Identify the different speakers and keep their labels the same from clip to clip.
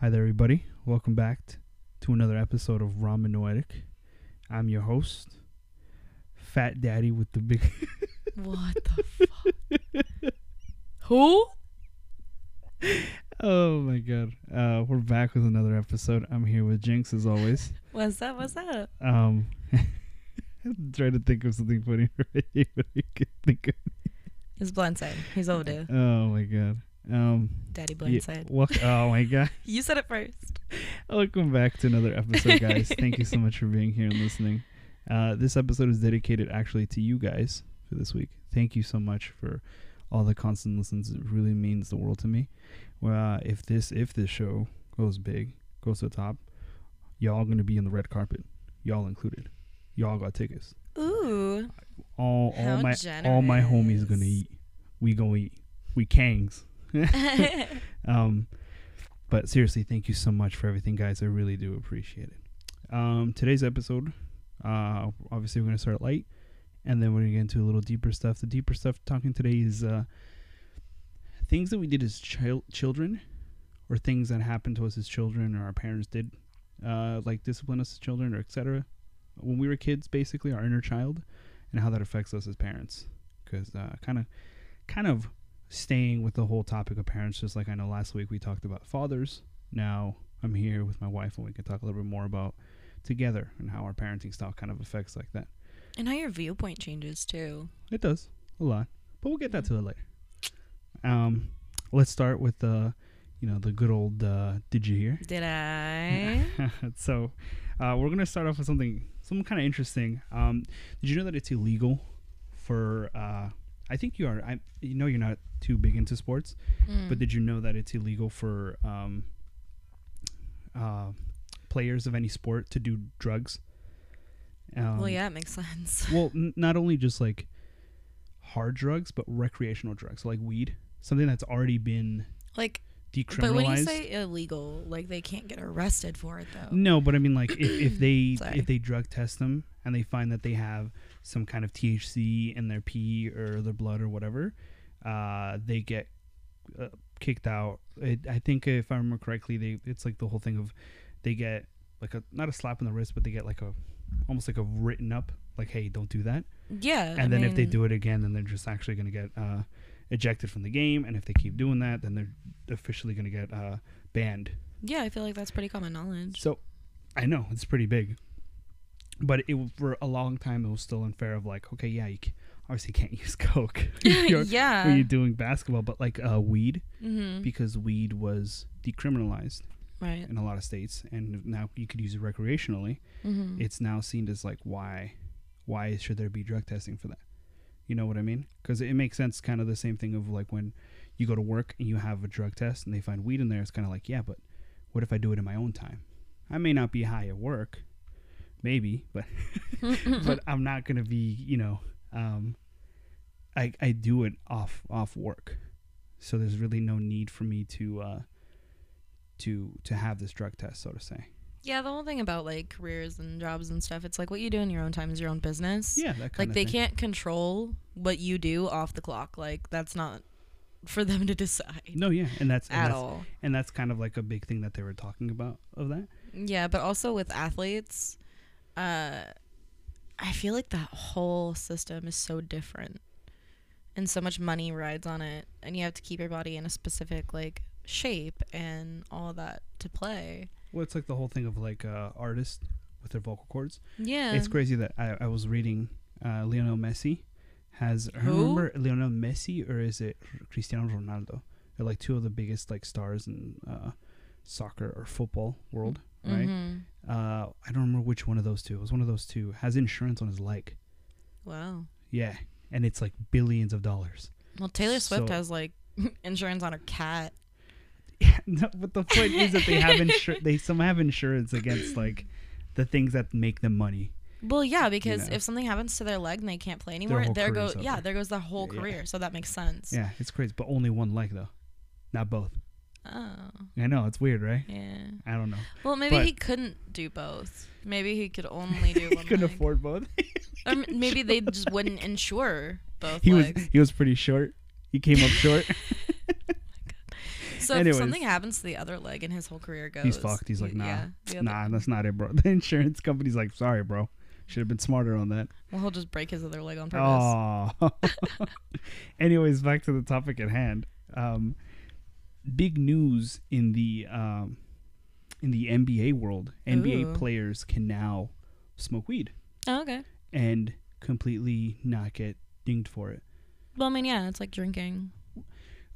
Speaker 1: Hi there, everybody. Welcome back t- to another episode of Ramanoetic. I'm your host, Fat Daddy with the big.
Speaker 2: What the fuck? Who?
Speaker 1: oh my god. Uh, we're back with another episode. I'm here with Jinx as always.
Speaker 2: What's up? What's up?
Speaker 1: Um, I'm trying to think of something funny already, but I can't think of.
Speaker 2: It's Blindside. He's older.
Speaker 1: Oh my god. Um,
Speaker 2: Daddy
Speaker 1: yeah,
Speaker 2: Blindside.
Speaker 1: wel- oh my god.
Speaker 2: You said it first.
Speaker 1: Welcome back to another episode, guys. Thank you so much for being here and listening. Uh, this episode is dedicated actually to you guys for this week. Thank you so much for all the constant listens. It really means the world to me. Well, uh, if this if this show goes big, goes to the top, y'all gonna be on the red carpet. Y'all included. Y'all got tickets.
Speaker 2: Ooh.
Speaker 1: All all
Speaker 2: How
Speaker 1: my all my homies
Speaker 2: generous.
Speaker 1: gonna eat. We gonna eat. We kangs. Um, but seriously, thank you so much for everything, guys. I really do appreciate it. Um, today's episode, uh, obviously, we're going to start light and then we're going to get into a little deeper stuff. The deeper stuff talking today is uh, things that we did as chil- children or things that happened to us as children or our parents did, uh, like discipline us as children or etc. When we were kids, basically, our inner child and how that affects us as parents. Because kind of, kind of staying with the whole topic of parents, just like I know last week we talked about fathers. Now I'm here with my wife, and we can talk a little bit more about together and how our parenting style kind of affects like that.
Speaker 2: and how your viewpoint changes too.
Speaker 1: It does a lot, but we'll get that to it later. Um, let's start with the, you know, the good old uh, did you hear?
Speaker 2: Did I?
Speaker 1: so, uh, we're gonna start off with something, something kind of interesting. Um, did you know that it's illegal for? Uh, I think you are. I you know you're not too big into sports.
Speaker 2: Hmm.
Speaker 1: But did you know that it's illegal for um, uh, players of any sport to do drugs? Um,
Speaker 2: well, yeah, it makes sense.
Speaker 1: Well, n- not only just like hard drugs, but recreational drugs, like weed, something that's already been
Speaker 2: Like,
Speaker 1: decriminalized.
Speaker 2: but when you say illegal, like they can't get arrested for it though.
Speaker 1: no, but I mean, like if, if they
Speaker 2: Sorry.
Speaker 1: if they drug test them and they find that they have some kind of THC in their pee or their blood or whatever, uh, they get uh, kicked out. It, I think if I remember correctly, they it's like the whole thing of they get like a not a slap on the wrist, but they get like a almost like a written up like hey don't do that.
Speaker 2: Yeah.
Speaker 1: And then if they do it again, then they're just actually gonna get uh, ejected from the game. And if they keep doing that, then they're officially gonna get uh, banned.
Speaker 2: yeah, I feel like that's pretty common knowledge.
Speaker 1: So, I know it's pretty big, but it w- for a long time it was still unfair. Of like, okay, yeah, you c obviously can't use coke when you're,
Speaker 2: yeah.
Speaker 1: when you're doing basketball, but like uh, weed
Speaker 2: mm-hmm.
Speaker 1: because weed was decriminalized
Speaker 2: right.
Speaker 1: in a lot of states, and now you could use it recreationally.
Speaker 2: Mm-hmm.
Speaker 1: It's now seen as like why, why should there be drug testing for that? You know what I mean? Because it makes sense. Kind of the same thing of like when you go to work and you have a drug test and they find weed in there. It's kind of like yeah, but what if I do it in my own time? I may not be high at work, maybe, but but I'm not gonna be, you know, um, I I do it off off work, so there's really no need for me to uh, to to have this drug test, so to say.
Speaker 2: Yeah, the whole thing about like careers and jobs and stuff, it's like what you do in your own time is your own business.
Speaker 1: Yeah, that kind
Speaker 2: Like
Speaker 1: of
Speaker 2: they
Speaker 1: thing.
Speaker 2: can't control what you do off the clock. Like that's not for them to decide
Speaker 1: No, yeah, and that's and
Speaker 2: at
Speaker 1: that's,
Speaker 2: all.
Speaker 1: and that's kind of like a big thing that they were talking about of that.
Speaker 2: Yeah, but also with athletes, uh I feel like that whole system is so different. And so much money rides on it and you have to keep your body in a specific like shape and all that to play.
Speaker 1: Well, it's like the whole thing of like uh, artists with their vocal cords.
Speaker 2: Yeah.
Speaker 1: It's crazy that I, I was reading uh, Lionel Messi has I
Speaker 2: Who?
Speaker 1: remember Lionel Messi or is it Cristiano Ronaldo? They're like two of the biggest like stars in uh, soccer or football world, right?
Speaker 2: Mhm.
Speaker 1: Uh, I don't remember which one of those two. It was one of those two has insurance on his leg.
Speaker 2: Wow.
Speaker 1: Yeah, and it's like billions of dollars.
Speaker 2: Well, Taylor Swift
Speaker 1: So-
Speaker 2: has like insurance on her cat.
Speaker 1: Yeah, no, but the point is that they have insur- they some have insurance against like the things that make them money.
Speaker 2: Well, yeah, because
Speaker 1: know.
Speaker 2: if something happens to their leg and they can't play anymore,
Speaker 1: whole
Speaker 2: there
Speaker 1: career's
Speaker 2: goes yeah,
Speaker 1: over.
Speaker 2: there goes their whole
Speaker 1: Yeah.
Speaker 2: career. So that makes sense.
Speaker 1: Yeah, it's crazy, but only one leg though, not both.
Speaker 2: Oh,
Speaker 1: I know it's weird, right?
Speaker 2: yeah.
Speaker 1: I don't know.
Speaker 2: Well, maybe
Speaker 1: But-
Speaker 2: he couldn't do both. Maybe he could only do one.
Speaker 1: he couldn't
Speaker 2: leg.
Speaker 1: afford both.
Speaker 2: Or m- maybe they just wouldn't insure both
Speaker 1: he was
Speaker 2: legs.
Speaker 1: he was pretty short. He came up short.
Speaker 2: So if
Speaker 1: Anyways.
Speaker 2: something happens to the other leg and his whole career goes,
Speaker 1: He's fucked. He's
Speaker 2: y-
Speaker 1: like, nah,
Speaker 2: yeah, the other-
Speaker 1: nah, that's not it, bro. The insurance company's like, sorry, bro. Should have been smarter on that.
Speaker 2: Well, he'll just break his other leg on purpose.
Speaker 1: Oh. Anyways, back to the topic at hand. Um, big news in the um, in the NBA world. NBA
Speaker 2: Ooh.
Speaker 1: players can now smoke weed
Speaker 2: Oh, okay.
Speaker 1: and completely not get dinged for it.
Speaker 2: Well, I mean, yeah, it's like drinking.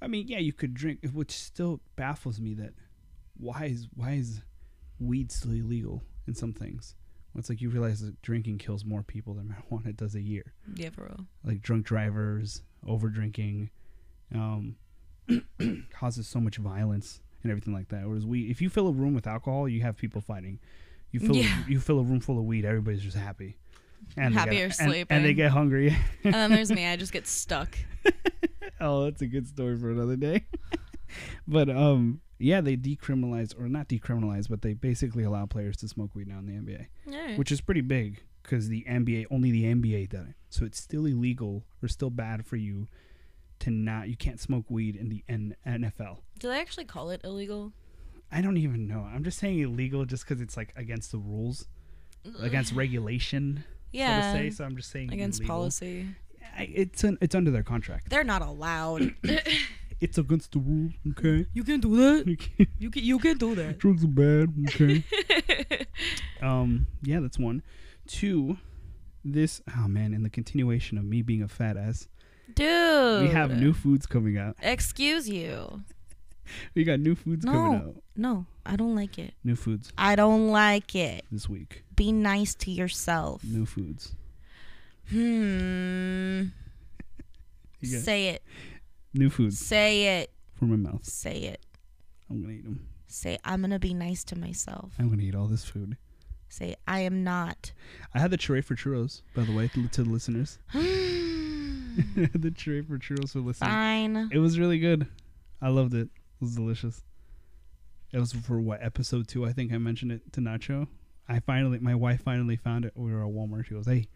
Speaker 1: I mean, yeah, you could drink, which still baffles me that why is why is weed still illegal in some things? Well, it's like you realize that drinking kills more people than marijuana does a year.
Speaker 2: Yeah, for real.
Speaker 1: Like drunk drivers, over drinking, um, causes so much violence and everything like that. Whereas weed, if you fill a room with alcohol, you have people fighting. You fill
Speaker 2: Yeah.
Speaker 1: you fill a room full of weed, everybody's just happy. And they
Speaker 2: Happy
Speaker 1: get- and-
Speaker 2: or
Speaker 1: and they
Speaker 2: sleeping.
Speaker 1: get hungry.
Speaker 2: and then there's me. I just get stuck.
Speaker 1: oh, that's a good story for another day. but um, yeah, they decriminalize or not decriminalize, but they basically allow players to smoke weed now in the NBA,
Speaker 2: Yeah.
Speaker 1: which is pretty big because the NBA only the NBA does it. So it's still illegal or still bad for you to not you can't smoke weed in the N- NFL.
Speaker 2: Do they actually call it illegal?
Speaker 1: I don't even know. I'm just saying illegal just because it's like against the rules, against regulation,
Speaker 2: yeah.
Speaker 1: so to say. So I'm just saying
Speaker 2: against
Speaker 1: illegal.
Speaker 2: policy.
Speaker 1: I- It's an, it's under their contract.
Speaker 2: They're not allowed.
Speaker 1: It's against the rule. Okay.
Speaker 2: you can do that.
Speaker 1: You can't-
Speaker 2: You can. You can do that.
Speaker 1: Drugs are bad. Okay. um. Yeah, that's one. Two. This. Oh man. In the continuation of me being a fat ass,
Speaker 2: Dude.
Speaker 1: we have new foods coming out.
Speaker 2: Excuse you.
Speaker 1: We got new foods coming
Speaker 2: No.
Speaker 1: out.
Speaker 2: No, I don't like it.
Speaker 1: New foods
Speaker 2: I don't like it.
Speaker 1: this week.
Speaker 2: Be nice to yourself.
Speaker 1: New foods.
Speaker 2: Hmm.
Speaker 1: You got
Speaker 2: Say it.
Speaker 1: new foods
Speaker 2: Say it.
Speaker 1: for my mouth.
Speaker 2: Say it.
Speaker 1: I'm gonna eat them.
Speaker 2: Say I'm gonna be nice to myself.
Speaker 1: I'm gonna eat all this food.
Speaker 2: Say I am not.
Speaker 1: I had the charade for churros, by the way, to, to the listeners.
Speaker 2: Fine.
Speaker 1: the charade for churros for listeners.
Speaker 2: Ah.
Speaker 1: It was really good. I loved it. It was delicious. It was for what episode two? I think I mentioned it to Nacho. I finally, my wife finally found it. We were at Walmart. She goes, "Hey,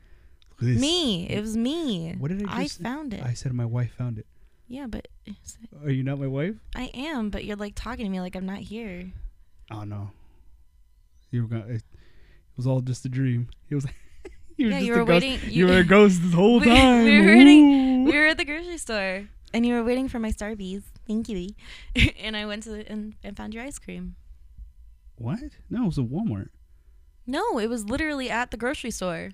Speaker 1: look at this."
Speaker 2: Me. It was me.
Speaker 1: What did I
Speaker 2: I
Speaker 1: just say?
Speaker 2: found it.
Speaker 1: I said, "My wife found it."
Speaker 2: yeah, but it's-
Speaker 1: Are you not my wife?
Speaker 2: I am. But you're like talking to me like I'm not here.
Speaker 1: Oh no. You were gonna. It, it was all just a dream. It was. you were
Speaker 2: yeah,
Speaker 1: just
Speaker 2: you
Speaker 1: a
Speaker 2: were
Speaker 1: ghost.
Speaker 2: waiting.
Speaker 1: You, were a ghost this whole
Speaker 2: We- we
Speaker 1: time.
Speaker 2: were waiting-
Speaker 1: Ooh.
Speaker 2: we were at the grocery store, and you were waiting for my Starbucks. Thank you. and I went to the, and, and found your ice cream.
Speaker 1: what? No, it was a Walmart.
Speaker 2: No, it was literally at the grocery store.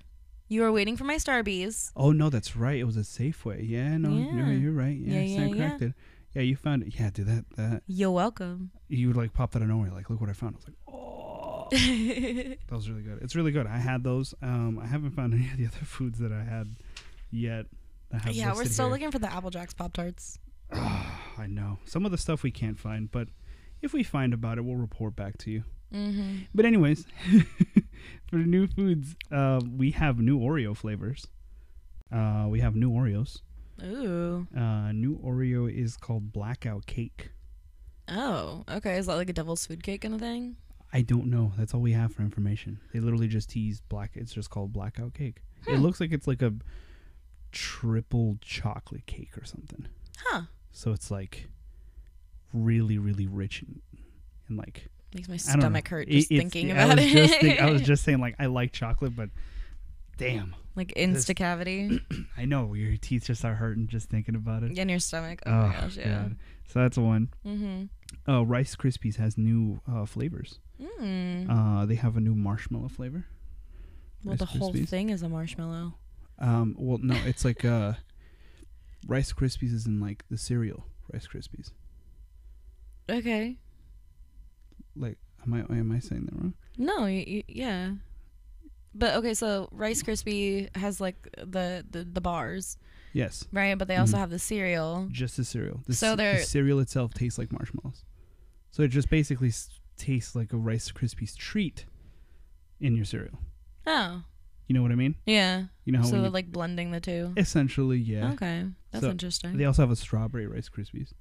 Speaker 2: You were waiting for my Starbucks.
Speaker 1: Oh no, that's right. It was a Safeway. Yeah, no, no,
Speaker 2: Yeah.
Speaker 1: you're right. Yeah,
Speaker 2: Yeah,
Speaker 1: I stand
Speaker 2: yeah, yeah.
Speaker 1: corrected. Yeah, you found it. Yeah, dude, that that
Speaker 2: You're welcome.
Speaker 1: you would like popped out of nowhere. Like, look what I found. I was like, oh, that was really good. It's really good. I had those. Um, I haven't found any of the other foods that I had yet. that I have
Speaker 2: yeah, we're
Speaker 1: listed
Speaker 2: still
Speaker 1: here.
Speaker 2: looking for the Apple Jacks Pop Tarts.
Speaker 1: I know some of the stuff we can't find, but if we find about it, we'll report back to you.
Speaker 2: Mm-hmm.
Speaker 1: But anyways, for the new foods, uh, we have new Oreo flavors. Uh, we have new Oreos.
Speaker 2: Ooh.
Speaker 1: Uh, new Oreo is called Blackout Cake.
Speaker 2: Oh. Okay. Is that like a devil's food cake kind of thing?
Speaker 1: I don't know. That's all we have for information. They literally just tease black. It's just called Blackout Cake. It
Speaker 2: Hmm.
Speaker 1: looks like it's like a triple chocolate cake or something.
Speaker 2: Huh.
Speaker 1: So it's like really, really rich and, and like
Speaker 2: Makes my
Speaker 1: I don't know.
Speaker 2: stomach hurt
Speaker 1: It-
Speaker 2: just
Speaker 1: it's-
Speaker 2: thinking
Speaker 1: I
Speaker 2: about
Speaker 1: was
Speaker 2: it.
Speaker 1: Just think- I was just saying like I like chocolate, but damn,
Speaker 2: like insta cavity
Speaker 1: I know your teeth just are hurting just thinking about it.
Speaker 2: in your stomach. Oh, my
Speaker 1: Oh,
Speaker 2: gosh. Yeah.
Speaker 1: God. So that's one.
Speaker 2: Mm-hmm.
Speaker 1: Uh, Rice Krispies has new uh, flavors.
Speaker 2: Mm.
Speaker 1: Uh, they have a new marshmallow flavor.
Speaker 2: well, the
Speaker 1: Rice
Speaker 2: whole
Speaker 1: Krispies.
Speaker 2: thing is a marshmallow.
Speaker 1: Um, well, no, it's like uh, Rice Krispies is in like the cereal Rice Krispies.
Speaker 2: Okay.
Speaker 1: Like, am I am I saying that wrong?
Speaker 2: No, y- y- yeah. But okay, so Rice Krispie has like the, the the bars,
Speaker 1: Yes,
Speaker 2: right? But they also
Speaker 1: Mhm.
Speaker 2: have the cereal.
Speaker 1: just the cereal. The,
Speaker 2: So
Speaker 1: ce- the
Speaker 2: they're-
Speaker 1: cereal itself tastes like marshmallows. So it just basically s- tastes like a Rice Krispies treat in your cereal.
Speaker 2: Oh,
Speaker 1: You know what I mean?
Speaker 2: yeah.
Speaker 1: You know how
Speaker 2: so
Speaker 1: when
Speaker 2: they're
Speaker 1: you,
Speaker 2: like blending the two.
Speaker 1: essentially, Oh, yeah.
Speaker 2: Okay, that's
Speaker 1: So,
Speaker 2: interesting.
Speaker 1: They also have a strawberry Rice Krispies.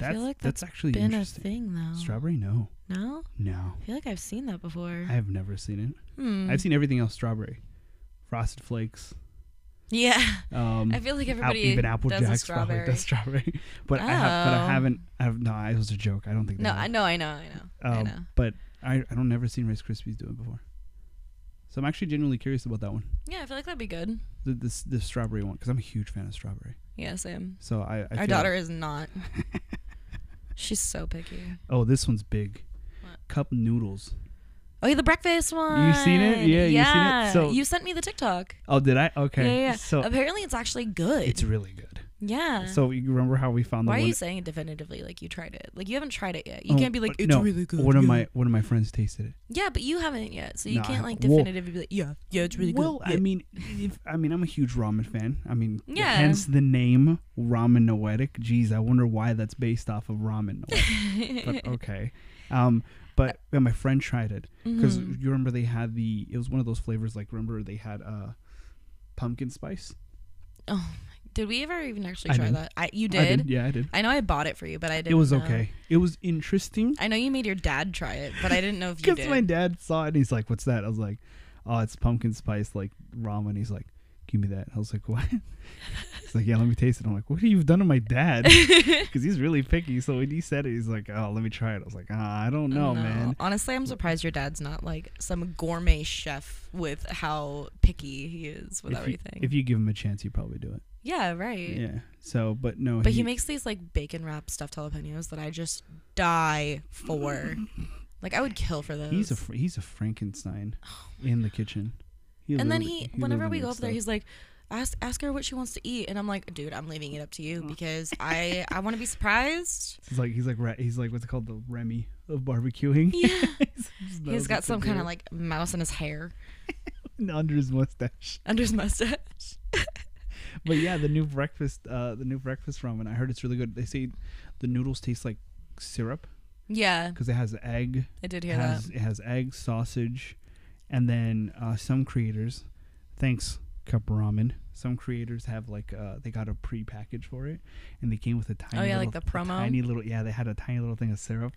Speaker 2: I feel like that's
Speaker 1: that's actually
Speaker 2: been a
Speaker 1: interesting.
Speaker 2: thing though.
Speaker 1: Strawberry? No,
Speaker 2: no,
Speaker 1: no.
Speaker 2: I feel like I've seen that before.
Speaker 1: I have never seen it.
Speaker 2: hmm.
Speaker 1: I've seen everything else strawberry, frosted flakes,
Speaker 2: Yeah.
Speaker 1: Um,
Speaker 2: I feel like
Speaker 1: Out,
Speaker 2: everybody
Speaker 1: even Apple
Speaker 2: does a
Speaker 1: Jacks probably
Speaker 2: strawberry.
Speaker 1: does strawberry, but I have, but I
Speaker 2: Oh.
Speaker 1: haven't. I have no. It was a joke. I don't think. they
Speaker 2: No,
Speaker 1: do.
Speaker 2: I know, I know, I know. I
Speaker 1: Um,
Speaker 2: know.
Speaker 1: But I I don't never seen Rice Krispies do it before, so I'm actually genuinely curious about that one,
Speaker 2: Yeah, I feel like that'd be good.
Speaker 1: the this the strawberry one, because I'm a huge fan of strawberry.
Speaker 2: Yeah, Sam.
Speaker 1: So I, I
Speaker 2: Our
Speaker 1: feel-
Speaker 2: daughter is not. She's so picky.
Speaker 1: oh, this one's big.
Speaker 2: What?
Speaker 1: Cup noodles.
Speaker 2: Oh, yeah, the breakfast one.
Speaker 1: seen it? Yeah, you seen it? So-
Speaker 2: you sent me the TikTok.
Speaker 1: Oh, did I? Okay.
Speaker 2: Yeah, yeah, yeah.
Speaker 1: So
Speaker 2: Apparently, it's actually good.
Speaker 1: it's really good.
Speaker 2: yeah.
Speaker 1: So you remember how we found
Speaker 2: Uh, Why
Speaker 1: the
Speaker 2: are
Speaker 1: one?
Speaker 2: you saying it definitively? Like you tried it. Like you haven't tried it yet. You
Speaker 1: Oh,
Speaker 2: can't be like
Speaker 1: but
Speaker 2: it's
Speaker 1: no,
Speaker 2: really good.
Speaker 1: One of
Speaker 2: yeah.
Speaker 1: my one of my friends tasted it.
Speaker 2: yeah, but you haven't yet, so you
Speaker 1: No, I
Speaker 2: can't like
Speaker 1: haven't. Well-
Speaker 2: definitively be like yeah, yeah, it's really
Speaker 1: well,
Speaker 2: good.
Speaker 1: I mean, if, I mean, I'm a huge ramen fan. I mean,
Speaker 2: Yeah.
Speaker 1: hence the name ramen noetic. Jeez, I wonder why that's based off of ramen. Noetic. but okay, um, but yeah, my friend tried it because
Speaker 2: Mm-hmm.
Speaker 1: you remember they had the it was one of those flavors like remember they had uh pumpkin spice.
Speaker 2: Oh, Did we ever even actually
Speaker 1: I
Speaker 2: try
Speaker 1: did.
Speaker 2: that? I you
Speaker 1: I
Speaker 2: did? I,
Speaker 1: did. Yeah, I did.
Speaker 2: know I bought it for you, but I didn't.
Speaker 1: It was
Speaker 2: know.
Speaker 1: okay. It was interesting
Speaker 2: I know you made your dad try it, but I didn't know if you
Speaker 1: because
Speaker 2: did.
Speaker 1: my dad saw it and he's like, "What's that?" I was like, "Oh, it's pumpkin spice like ramen." He's like, "Give me that." I was like, "What?" he's like, "Yeah, let me taste it." I'm like, "What have you done to my dad?" Because he's really picky. So when he said it, he's like, "Oh, let me try it." I was like, ah, "I don't know,
Speaker 2: Oh,
Speaker 1: man."
Speaker 2: Honestly, I'm surprised your dad's not like some gourmet chef with how picky he is with
Speaker 1: If you,
Speaker 2: everything.
Speaker 1: if you give him a chance, he'd probably do it.
Speaker 2: yeah, right.
Speaker 1: Yeah. So, but no.
Speaker 2: But he makes these like bacon wrap stuffed jalapenos that I just die for. like I would kill for those. Oh,
Speaker 1: he's a fr- he's a Frankenstein in the kitchen. He
Speaker 2: and then
Speaker 1: literally-
Speaker 2: he,
Speaker 1: lives
Speaker 2: whenever
Speaker 1: on
Speaker 2: we
Speaker 1: weird
Speaker 2: go up there,
Speaker 1: stuff.
Speaker 2: he's like, ask ask her what she wants to eat, and I'm like, dude, I'm leaving it up to you because I I want to be surprised.
Speaker 1: He's like he's like ra- he's like what's it called the Remy of barbecuing.
Speaker 2: Yeah,
Speaker 1: He's- he knows
Speaker 2: he's
Speaker 1: what
Speaker 2: got
Speaker 1: to
Speaker 2: some kind
Speaker 1: do.
Speaker 2: of like mouse in his hair
Speaker 1: under his mustache.
Speaker 2: under his mustache.
Speaker 1: But yeah, the new breakfast, uh, the new breakfast ramen. I heard it's really good. They say the noodles taste like syrup
Speaker 2: Yeah,
Speaker 1: because it has egg,
Speaker 2: I did hear
Speaker 1: has
Speaker 2: that.
Speaker 1: it has egg sausage, and then uh, some creators, thanks cup ramen. Some creators have like uh, they got a pre-package for it, and they came with a tiny.
Speaker 2: Oh, yeah, like
Speaker 1: little-
Speaker 2: the
Speaker 1: a
Speaker 2: promo?
Speaker 1: tiny little yeah. They had a tiny little thing of syrup,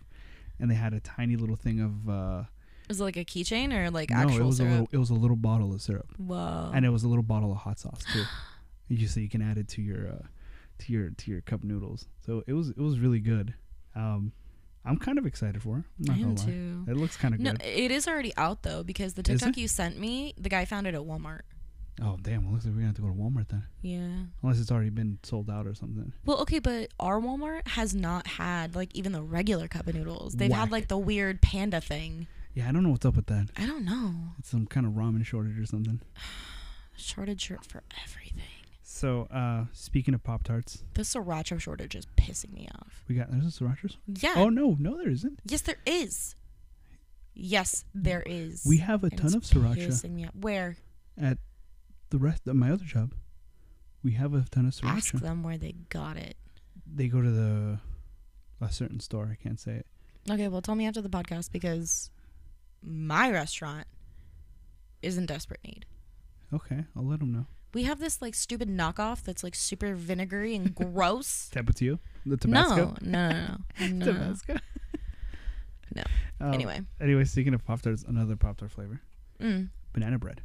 Speaker 1: and they had a tiny little thing of. Uh,
Speaker 2: Was it like a keychain or like
Speaker 1: no,
Speaker 2: actual
Speaker 1: it was
Speaker 2: syrup?
Speaker 1: a little. It was a little bottle of syrup.
Speaker 2: Whoa.
Speaker 1: and it was a little bottle of hot sauce too. you so you can add it to your uh, to your to your cup noodles. So it was it was really good. Um, I'm kind of excited for it. I'm not
Speaker 2: I am
Speaker 1: gonna lie.
Speaker 2: too.
Speaker 1: It looks kind of
Speaker 2: No,
Speaker 1: good.
Speaker 2: it is already out though because the
Speaker 1: Is
Speaker 2: TikTok
Speaker 1: it?
Speaker 2: you sent me, the guy found it at Walmart.
Speaker 1: Oh damn! It looks like we're gonna have to go to Walmart then,
Speaker 2: Yeah.
Speaker 1: unless it's already been sold out or something.
Speaker 2: Well, okay, but our Walmart has not had like even the regular cup of noodles. They've
Speaker 1: Whack.
Speaker 2: had like the weird panda thing.
Speaker 1: Yeah, I don't know what's up with that.
Speaker 2: I don't know.
Speaker 1: It's some kind of ramen shortage or something.
Speaker 2: Shortage for for everything.
Speaker 1: So uh, speaking of Pop Tarts,
Speaker 2: The sriracha shortage is pissing me off.
Speaker 1: we got there's a sriracha. sauce?
Speaker 2: Yeah.
Speaker 1: Oh no, no there isn't.
Speaker 2: Yes, there is. Yes, there is.
Speaker 1: We have a
Speaker 2: And
Speaker 1: ton
Speaker 2: it's
Speaker 1: of sriracha
Speaker 2: Pissing me off. Where?
Speaker 1: at the rest of my other job. We have a ton of sriracha.
Speaker 2: Ask them where they got it.
Speaker 1: they go to the a certain store. I can't say it.
Speaker 2: Okay, well, tell me after the podcast because my restaurant is in desperate need.
Speaker 1: Okay, I'll let them know.
Speaker 2: We have this like stupid knockoff that's like super vinegary and gross.
Speaker 1: Tap it to you. The
Speaker 2: no,
Speaker 1: Tabasco.
Speaker 2: no, no, no, no. no.
Speaker 1: Tabasco.
Speaker 2: No.
Speaker 1: Um, anyway.
Speaker 2: Anyway,
Speaker 1: speaking of pop tarts, another pop tart flavor,
Speaker 2: mm.
Speaker 1: banana bread.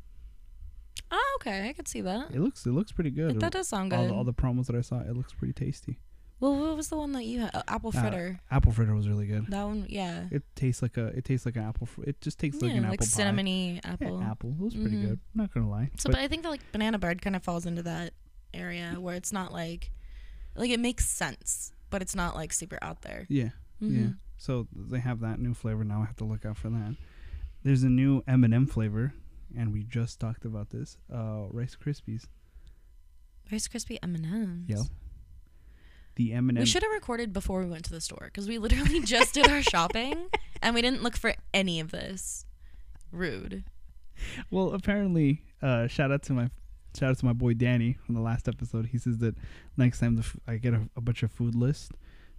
Speaker 2: oh, okay, I could see that.
Speaker 1: It looks it looks pretty good.
Speaker 2: That does sound good.
Speaker 1: all, the, all the promos that I saw, it looks pretty tasty.
Speaker 2: well, what was the one that you had? Oh, apple
Speaker 1: Uh,
Speaker 2: fritter.
Speaker 1: Apple fritter was really good.
Speaker 2: that one, yeah.
Speaker 1: It tastes like a it tastes like an apple. Fr- it just tastes
Speaker 2: yeah,
Speaker 1: like an
Speaker 2: like
Speaker 1: apple pie.
Speaker 2: cinnamony apple.
Speaker 1: Yeah, apple. It was pretty
Speaker 2: Mhm.
Speaker 1: good. I'm not gonna lie.
Speaker 2: So, but, I think that like banana bread kind of falls into that area where it's not like, like it makes sense, but it's not like super out there.
Speaker 1: yeah, yeah.
Speaker 2: Mhm.
Speaker 1: So they have that new flavor now. I have to look out for that. There's a new M&M flavor, and we just talked about this. Uh, Rice Krispies.
Speaker 2: Rice crispy M and M's.
Speaker 1: Yeah. The M&M.
Speaker 2: We should have recorded before we went to the store because we literally just did our shopping and we didn't look for any of this. Rude.
Speaker 1: Well, apparently, uh, shout out to my shout out to my boy Danny from the last episode. He says that next time the f- I get a, a bunch of food list,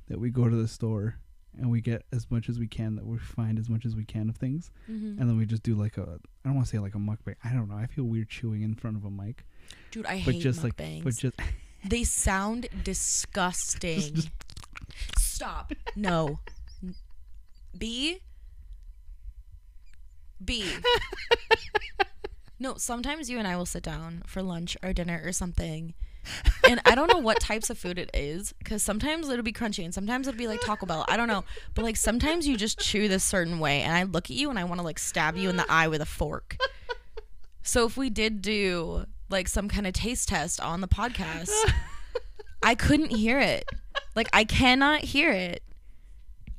Speaker 1: that we go to the store and we get as much as we can, that we find as much as we can of things,
Speaker 2: Mhm.
Speaker 1: and then we just do like a I don't want to say like a mukbang. I don't know. I feel weird chewing in front of a mic,
Speaker 2: Dude, I
Speaker 1: but
Speaker 2: hate
Speaker 1: just like
Speaker 2: mukbangs.
Speaker 1: but just
Speaker 2: they sound disgusting. Stop. No. N- B. B. No, sometimes you and I will sit down for lunch or dinner or something. and I don't know what types of food it is because sometimes it'll be crunchy and sometimes it'll be like Taco Bell. I don't know. But like sometimes you just chew this certain way and I look at you and I want to like stab you in the eye with a fork. So if we did do like some kind of taste test on the podcast, I couldn't hear it. Like I cannot hear it.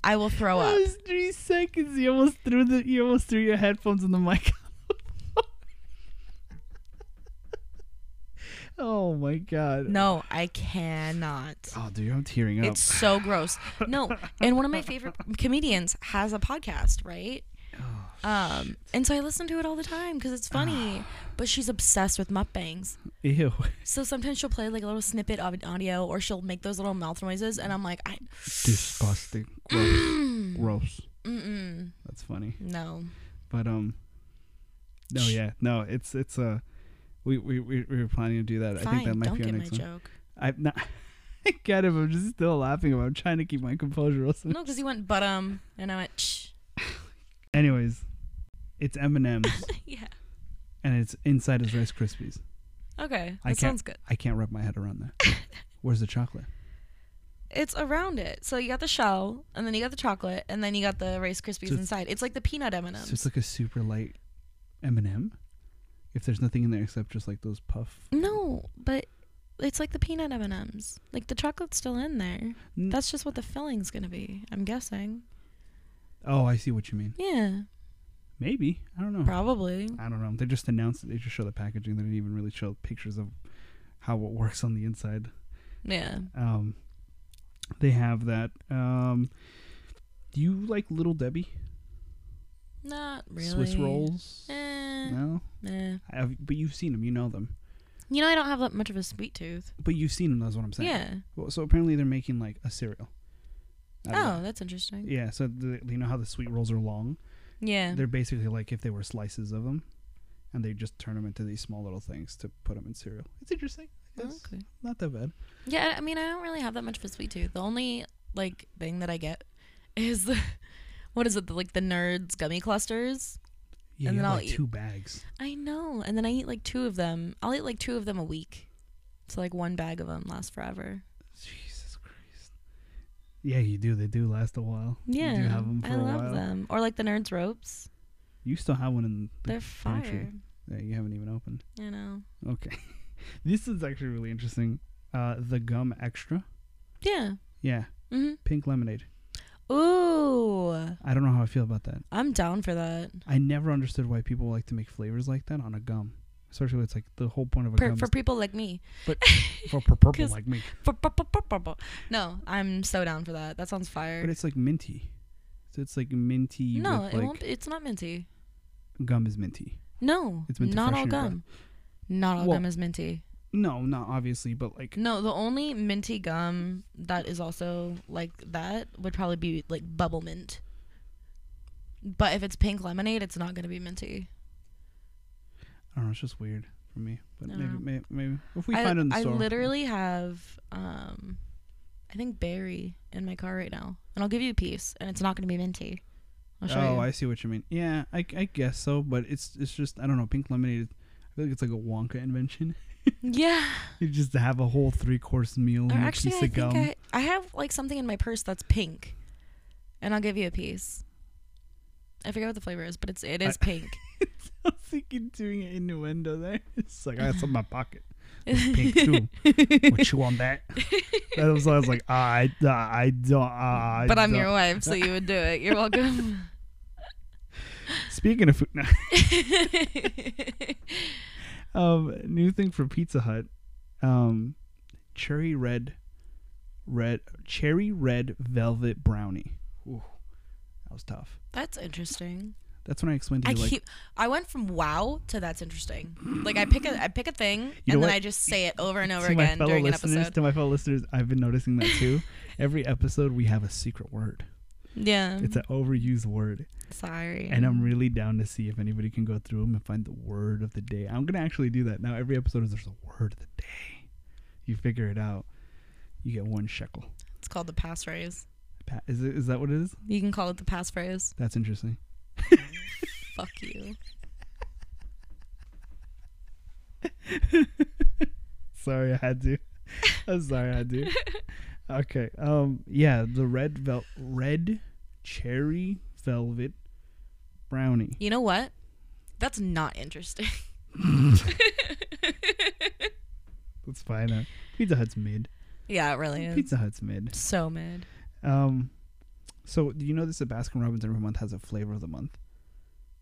Speaker 2: I will throw
Speaker 1: That
Speaker 2: up.
Speaker 1: was three seconds. You almost threw the you almost threw your headphones in the mic. oh my god.
Speaker 2: No, I cannot.
Speaker 1: Oh dude, I'm tearing up.
Speaker 2: It's so gross. No, and one of my favorite comedians has a podcast, right?
Speaker 1: Oh,
Speaker 2: Um, and so I listen to it all the time because it's
Speaker 1: Ah.
Speaker 2: funny. but she's obsessed with mukbangs,
Speaker 1: Ew.
Speaker 2: so sometimes she'll play like a little snippet of audio, or she'll make those little mouth noises, and I'm like, I,
Speaker 1: Disgusting. Gross. Gross.
Speaker 2: mm-mm,
Speaker 1: That's funny.
Speaker 2: no,
Speaker 1: But um No, yeah. No, it's it's uh we we we, we were planning to do that. I
Speaker 2: fine,
Speaker 1: think that might
Speaker 2: don't
Speaker 1: be our
Speaker 2: get my
Speaker 1: next one.
Speaker 2: joke.
Speaker 1: I've not I get it, but I'm just still laughing about it. I'm trying to keep my composure also.
Speaker 2: No, because you went but um, and I went, Shh.
Speaker 1: Anyways, it's M&M's
Speaker 2: yeah,
Speaker 1: and it's inside is Rice Krispies.
Speaker 2: okay,
Speaker 1: I can't-
Speaker 2: that sounds good.
Speaker 1: I can't wrap my head around that. Where's the chocolate?
Speaker 2: It's around it, so you got the shell, and then you got the chocolate, and then you got the Rice Krispies
Speaker 1: So it's-
Speaker 2: inside. It's like the peanut M&Ms.
Speaker 1: So it's like a super light M and m If there's nothing in there except just like those puff.
Speaker 2: No, but it's like the peanut M and M's. Like the chocolate's still in there.
Speaker 1: N-
Speaker 2: That's just what the filling's gonna be. I'm guessing.
Speaker 1: Oh, I see what you mean.
Speaker 2: Yeah,
Speaker 1: Maybe I don't know.
Speaker 2: probably.
Speaker 1: I don't know. They just announced it. They just show the packaging. They didn't even really show pictures of how it works on the inside.
Speaker 2: Yeah.
Speaker 1: Um, they have that. Um, do you like Little Debbie
Speaker 2: Not really.
Speaker 1: Swiss rolls?
Speaker 2: Eh,
Speaker 1: No,
Speaker 2: eh.
Speaker 1: I have, but you've seen them. You know them.
Speaker 2: You know, I don't have that much of a sweet tooth.
Speaker 1: But you've seen them. That's what I'm saying.
Speaker 2: Yeah.
Speaker 1: Well, so apparently they're making like a cereal. out of
Speaker 2: Oh, that's interesting.
Speaker 1: Yeah, so the, you know how the sweet rolls are long?
Speaker 2: Yeah.
Speaker 1: They're basically like if they were slices of them, and they just turn them into these small little things to put them in cereal. It's interesting. I guess.
Speaker 2: Oh, Okay.
Speaker 1: Not that bad.
Speaker 2: Yeah. I mean, I don't really have that much of a sweet tooth. The only like thing that I get is the what is it? The, like the nerds gummy clusters.
Speaker 1: Yeah,
Speaker 2: And
Speaker 1: you
Speaker 2: then
Speaker 1: have,
Speaker 2: I'll
Speaker 1: like
Speaker 2: eat-
Speaker 1: two bags.
Speaker 2: I know. And then I eat like two of them. I'll eat like two of them a week. So like one bag of them lasts forever.
Speaker 1: Jesus Christ. Yeah, you do. They do last a while.
Speaker 2: Yeah.
Speaker 1: You do have them for
Speaker 2: I
Speaker 1: a
Speaker 2: love
Speaker 1: while.
Speaker 2: them. Or like the Nerds Ropes.
Speaker 1: You still have one in the
Speaker 2: They're
Speaker 1: pantry.
Speaker 2: fire.
Speaker 1: that you haven't even opened.
Speaker 2: You know.
Speaker 1: This is actually really interesting. Uh, the gum extra.
Speaker 2: Yeah.
Speaker 1: Yeah,
Speaker 2: Mm-hmm.
Speaker 1: pink lemonade.
Speaker 2: Ooh.
Speaker 1: I don't know how I feel about that.
Speaker 2: I'm down for that.
Speaker 1: I never understood why people like to make flavors like that on a gum. Especially, when it's like the whole point of a
Speaker 2: Per,
Speaker 1: gum
Speaker 2: for
Speaker 1: is
Speaker 2: people like me.
Speaker 1: for, for purple
Speaker 2: 'Cause-
Speaker 1: like me.
Speaker 2: For, pu- pu- pu- pu- pu- No, I'm so down for that. That sounds
Speaker 1: But
Speaker 2: fire.
Speaker 1: it's like minty. So it's like minty.
Speaker 2: No,
Speaker 1: with
Speaker 2: it
Speaker 1: like
Speaker 2: won't be, it's not minty.
Speaker 1: gum is minty.
Speaker 2: No.
Speaker 1: It's meant to
Speaker 2: not all
Speaker 1: freshen your breath.
Speaker 2: gum. Not all
Speaker 1: Well-
Speaker 2: gum is minty.
Speaker 1: No, not obviously, but like
Speaker 2: No, the only minty gum that is also like that would probably be like bubble mint. But if it's pink lemonade, it's not gonna be minty.
Speaker 1: I don't know. It's just weird for me. But
Speaker 2: I
Speaker 1: maybe,
Speaker 2: don't
Speaker 1: maybe, maybe if we
Speaker 2: I,
Speaker 1: find it in the
Speaker 2: I
Speaker 1: store,
Speaker 2: literally have um I think berry in my car right now. And I'll give you a piece and it's not gonna be minty. I'll show
Speaker 1: oh,
Speaker 2: you.
Speaker 1: I see what you mean. Yeah, I, I guess so. But it's it's just I don't know. Pink lemonade. I feel like it's like a Wonka invention.
Speaker 2: yeah.
Speaker 1: you just have a whole three course meal
Speaker 2: Or
Speaker 1: and a
Speaker 2: actually
Speaker 1: piece
Speaker 2: I
Speaker 1: of
Speaker 2: think
Speaker 1: gum.
Speaker 2: I, I have like something in my purse that's pink. And I'll give you a piece. I forget what the flavor is, but it's it is
Speaker 1: I-
Speaker 2: pink.
Speaker 1: I was thinking doing an innuendo there. It's like I got some in my pocket. It's pink too. Would chew on that. that was I was like I uh, I don't. Uh, I
Speaker 2: but I'm
Speaker 1: don't.
Speaker 2: your wife, so you would do it. You're welcome.
Speaker 1: Speaking of food, um, new thing for Pizza Hut, um, cherry red, red cherry red velvet brownie. Ooh, that was tough.
Speaker 2: That's interesting.
Speaker 1: That's when I explained to
Speaker 2: I
Speaker 1: you like
Speaker 2: keep. I went from wow to that's interesting. Like I pick a I pick a thing
Speaker 1: You know
Speaker 2: and then
Speaker 1: what?
Speaker 2: I just say it over and over
Speaker 1: to my
Speaker 2: again
Speaker 1: fellow
Speaker 2: during an
Speaker 1: listeners,
Speaker 2: episode.
Speaker 1: to my fellow listeners, I've been noticing that too. Every episode we have a secret word.
Speaker 2: Yeah.
Speaker 1: It's an overused word,
Speaker 2: Sorry.
Speaker 1: and I'm really down to see if anybody can go through them and find the word of the day. I'm gonna actually do that now. Every episode is there's a word of the day. You figure it out. You get one shekel.
Speaker 2: It's called the passphrase.
Speaker 1: Pa- Is it, is that what it is?
Speaker 2: You can call it the passphrase.
Speaker 1: That's interesting.
Speaker 2: Fuck you.
Speaker 1: sorry, I had to. I'm sorry, I had to. Okay. Um. Yeah, the red vel- red cherry velvet brownie.
Speaker 2: You know what? That's not interesting.
Speaker 1: That's fine. Uh, Pizza Hut's mid.
Speaker 2: yeah, it really is.
Speaker 1: Pizza Hut's mid.
Speaker 2: So mid.
Speaker 1: Um. So do you know this? That Baskin Robbins every month has a flavor of the month.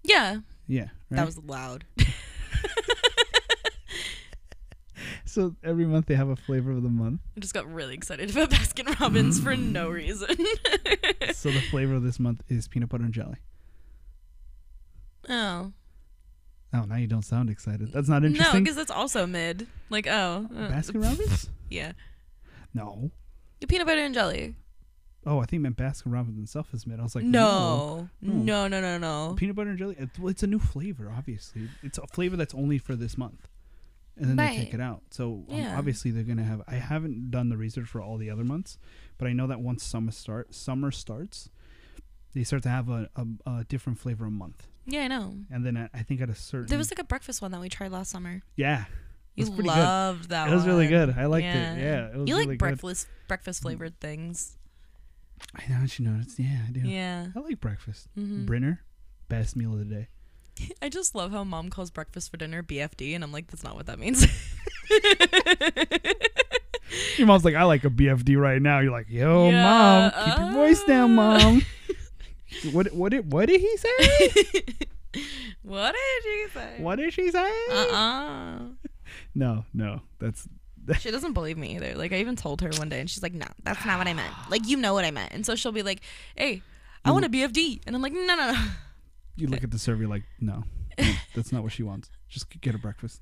Speaker 2: Yeah,
Speaker 1: Yeah. Right?
Speaker 2: that was loud.
Speaker 1: so every month they have a flavor of the month.
Speaker 2: I just got really excited about Baskin Robbins for no reason.
Speaker 1: so the flavor of this month is peanut butter and jelly.
Speaker 2: oh.
Speaker 1: Oh, now you don't sound excited. That's not
Speaker 2: No,
Speaker 1: interesting.
Speaker 2: because that's also mid. Like, oh. uh,
Speaker 1: Baskin Robbins?
Speaker 2: Yeah.
Speaker 1: No.
Speaker 2: The peanut butter and jelly.
Speaker 1: Oh, I think it meant Baskin Robbins himself is mid. I was like,
Speaker 2: no.
Speaker 1: no.
Speaker 2: No, no, no, no.
Speaker 1: Peanut butter and jelly. it- well, It's a new flavor, obviously. It's a flavor that's only for this month, and then they take
Speaker 2: Right.
Speaker 1: it out. So um,
Speaker 2: Yeah.
Speaker 1: obviously they're gonna have. I haven't done the research for all the other months, but I know that once summer start summer starts, they start to have a, a, a different flavor a month,
Speaker 2: Yeah, I know.
Speaker 1: and then I, I think at a certain
Speaker 2: There was like a breakfast one that we tried last summer.
Speaker 1: yeah, it
Speaker 2: You
Speaker 1: was pretty
Speaker 2: loved that
Speaker 1: good.
Speaker 2: one.
Speaker 1: It was really good. I liked it. Yeah, it was
Speaker 2: you like
Speaker 1: really good.
Speaker 2: breakfast breakfast flavored things.
Speaker 1: I know what you noticed. Yeah, I do.
Speaker 2: Yeah.
Speaker 1: I like breakfast.
Speaker 2: Mhm.
Speaker 1: Brinner, best meal of the day.
Speaker 2: I just love how mom calls breakfast for dinner BFD, and I'm like, that's not what that means.
Speaker 1: Your mom's like, I like a BFD right now. You're like, yo,
Speaker 2: Yeah,
Speaker 1: mom, keep your voice down,
Speaker 2: uh.
Speaker 1: mom. what what did what did he say?
Speaker 2: what did you say?
Speaker 1: What did she say?
Speaker 2: Uh uh
Speaker 1: No, no, that's
Speaker 2: She doesn't believe me either. Like I even told her one day, and she's like, "No, that's not what I meant. Like you know what I meant." And so she'll be like, "Hey, I want a BFD," and I'm like, "No, no, no."
Speaker 1: you look at the server you're like, no, no, that's not what she wants. Just get her breakfast.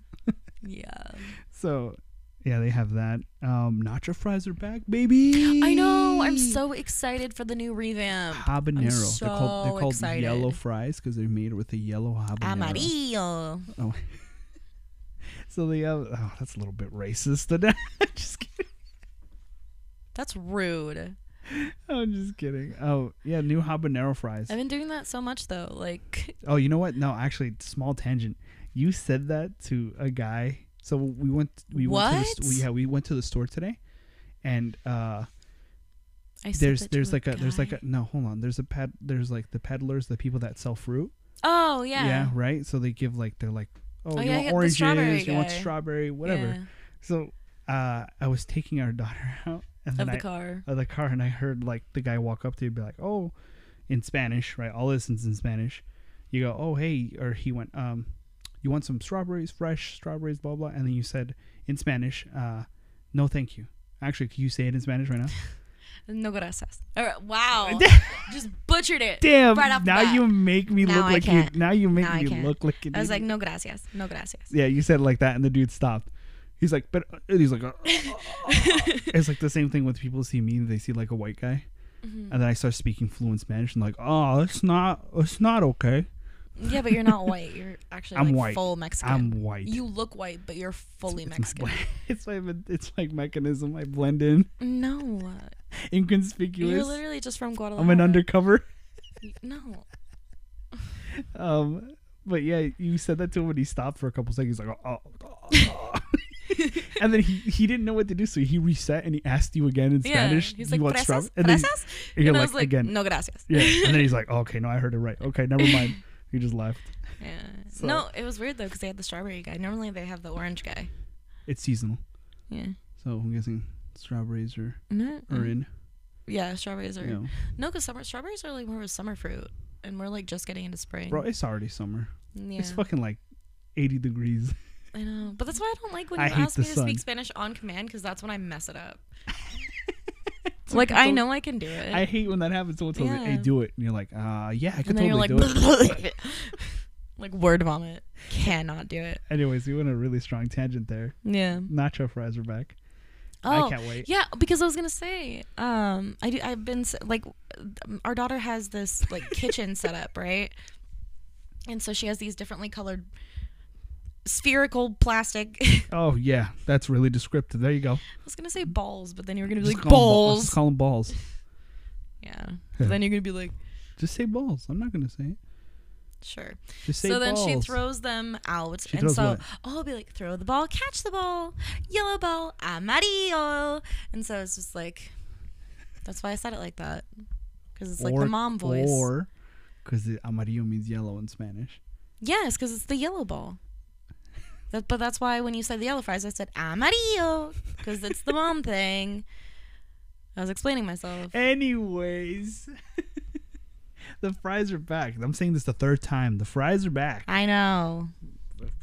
Speaker 2: Yeah.
Speaker 1: So, yeah, they have that. Um, nacho fries are back, baby.
Speaker 2: I know. I'm so excited for the new revamp.
Speaker 1: habanero.
Speaker 2: I'm
Speaker 1: they're called
Speaker 2: so
Speaker 1: they're called
Speaker 2: excited.
Speaker 1: yellow fries because they're made with a yellow habanero.
Speaker 2: Amarillo.
Speaker 1: So they have. Oh, that's a little bit racist. Just kidding.
Speaker 2: That's rude.
Speaker 1: I'm just kidding. Oh yeah, new habanero fries.
Speaker 2: I've been doing that so much though. Like,
Speaker 1: Oh, you know what? No, actually, small tangent. You said that to a guy. So we went. We went to the,
Speaker 2: What?
Speaker 1: st- we, yeah, we went to the store today, and uh,
Speaker 2: I said
Speaker 1: there's
Speaker 2: that to
Speaker 1: there's like a there's like
Speaker 2: guy.
Speaker 1: a no hold on there's a pad there's like the peddlers the people that sell fruit
Speaker 2: oh yeah
Speaker 1: right so they give like they're like oh,
Speaker 2: Oh,
Speaker 1: you
Speaker 2: yeah,
Speaker 1: want
Speaker 2: I got the
Speaker 1: oranges
Speaker 2: strawberry
Speaker 1: you want
Speaker 2: guy.
Speaker 1: strawberry whatever
Speaker 2: yeah,
Speaker 1: so uh, I was taking our daughter out and
Speaker 2: of
Speaker 1: then
Speaker 2: the
Speaker 1: I,
Speaker 2: car.
Speaker 1: of the car and I heard like the guy walk up to you and be like, Oh in Spanish, right? All this is in Spanish. You go, Oh hey or he went, um, you want some strawberries, fresh strawberries, blah blah and then you said in Spanish, uh, no thank you. Actually, can you say it in Spanish right now?
Speaker 2: No gracias. All right, wow, just butchered it.
Speaker 1: Damn
Speaker 2: Right off the
Speaker 1: now
Speaker 2: bat.
Speaker 1: you make me
Speaker 2: Now
Speaker 1: look
Speaker 2: I
Speaker 1: like
Speaker 2: can't.
Speaker 1: you now you make
Speaker 2: Now I
Speaker 1: me
Speaker 2: can't.
Speaker 1: look like an
Speaker 2: I was like,
Speaker 1: idiot.
Speaker 2: no gracias, no gracias.
Speaker 1: Yeah, you said it like that and the dude stopped. He's like, but and he's like, "Uh, uh, uh, uh." it's like the same thing when people see me, they see like a white guy,
Speaker 2: Mm-hmm.
Speaker 1: and then I start speaking fluent Spanish and like, oh, it's not, it's not okay.
Speaker 2: Yeah, but you're not white. You're actually
Speaker 1: I'm
Speaker 2: like
Speaker 1: white.
Speaker 2: full Mexican.
Speaker 1: I'm white.
Speaker 2: You look white, but you're fully
Speaker 1: it's
Speaker 2: Mexican.
Speaker 1: My, bl- it's my it's like mechanism. I blend in
Speaker 2: No, you're
Speaker 1: inconspicuous.
Speaker 2: literally just from Guadalajara.
Speaker 1: I'm an undercover.
Speaker 2: No,
Speaker 1: Um, but yeah, you said that to him when he stopped for a couple seconds. He's like, oh. oh, oh." and then he, he didn't know what to do, so he reset and he asked you again in Spanish.
Speaker 2: Yeah. He's
Speaker 1: "Do
Speaker 2: like,
Speaker 1: you want
Speaker 2: gracias,
Speaker 1: strawberry?" And then
Speaker 2: gracias.
Speaker 1: you're
Speaker 2: and I
Speaker 1: like,
Speaker 2: was like,
Speaker 1: again,
Speaker 2: no gracias.
Speaker 1: Yeah, and then he's like, okay, no, I heard it right. Okay, never mind. He just left.
Speaker 2: Yeah.
Speaker 1: So-
Speaker 2: No, it was weird though because they had the strawberry guy. Normally they have the orange guy.
Speaker 1: It's seasonal,
Speaker 2: Yeah.
Speaker 1: so I'm guessing strawberries are,
Speaker 2: No.
Speaker 1: are in.
Speaker 2: Yeah, strawberries are.
Speaker 1: You know.
Speaker 2: No, because summer strawberries are like more of a summer fruit, and we're like just getting into spring.
Speaker 1: Bro, it's already summer.
Speaker 2: yeah.
Speaker 1: It's fucking like 80 degrees.
Speaker 2: I know, but that's why I don't like when
Speaker 1: I
Speaker 2: you
Speaker 1: hate
Speaker 2: ask
Speaker 1: the
Speaker 2: me to
Speaker 1: sun.
Speaker 2: speak Spanish on command because that's when I mess it up. like I know I can do it.
Speaker 1: I hate when that happens. Someone tells you, hey,
Speaker 2: Yeah.
Speaker 1: do it. And you're like, uh, yeah, I could
Speaker 2: and then
Speaker 1: totally
Speaker 2: you're like,
Speaker 1: do it.
Speaker 2: like word vomit. Cannot do it.
Speaker 1: Anyways, we went on a really strong tangent there.
Speaker 2: Yeah.
Speaker 1: Nacho fries are back.
Speaker 2: Oh,
Speaker 1: I can't wait.
Speaker 2: yeah. Because I was gonna say, um, I do. I've been s- like, um, our daughter has this like kitchen set up, right? And so she has these differently colored spherical plastic. I
Speaker 1: Oh, yeah, that's really descriptive. There you go.
Speaker 2: was gonna say balls, but then you're gonna be
Speaker 1: Just
Speaker 2: like
Speaker 1: call 'em ball-
Speaker 2: balls.
Speaker 1: Just call them balls.
Speaker 2: yeah. But then you're gonna be like
Speaker 1: Just say balls. I'm not going to say it.
Speaker 2: Sure.
Speaker 1: Just say
Speaker 2: so then she
Speaker 1: balls.
Speaker 2: throws them out,
Speaker 1: She
Speaker 2: and
Speaker 1: throws
Speaker 2: so
Speaker 1: what?
Speaker 2: oh, I'll be like, throw the ball, catch the ball, yellow ball, amarillo, and so it's just like, that's why I said it like that, because it's like the mom voice.
Speaker 1: Or because amarillo means yellow in Spanish.
Speaker 2: Yes, because it's the yellow ball. That, but that's why when you said the yellow fries, I said amarillo because it's the mom thing. I was explaining myself.
Speaker 1: Anyways, the fries are back. I'm saying this the third time. The fries are back.
Speaker 2: I know,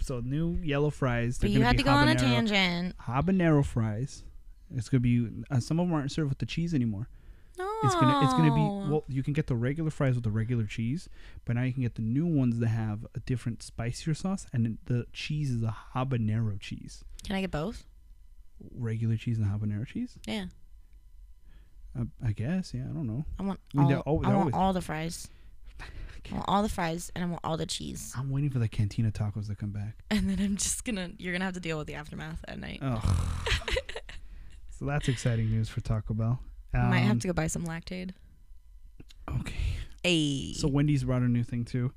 Speaker 1: So new yellow fries.
Speaker 2: but
Speaker 1: They're
Speaker 2: you
Speaker 1: gonna be
Speaker 2: had to go on a
Speaker 1: habanero-
Speaker 2: tangent.
Speaker 1: Habanero fries. It's gonna be uh, some of them aren't served with the cheese anymore.
Speaker 2: No,
Speaker 1: It's gonna it's gonna be well. You can get the regular fries with the regular cheese, but now you can get the new ones that have a different spicier sauce, and the cheese is a habanero cheese.
Speaker 2: Can I get both?
Speaker 1: Regular cheese and habanero cheese.
Speaker 2: Yeah,
Speaker 1: I, I guess. Yeah. I don't know. oh,
Speaker 2: I want
Speaker 1: I mean,
Speaker 2: all.
Speaker 1: they're al-
Speaker 2: I
Speaker 1: they're
Speaker 2: want
Speaker 1: always-
Speaker 2: all the fries. I want all the fries, and I want all the cheese.
Speaker 1: I'm waiting for the cantina tacos to come back.
Speaker 2: And then I'm just gonna. You're gonna have to deal with the aftermath at night.
Speaker 1: Oh. so that's exciting news for Taco Bell. Um,
Speaker 2: Might have to go buy some lactaid.
Speaker 1: Okay.
Speaker 2: Ayy.
Speaker 1: So Wendy's brought a new thing too.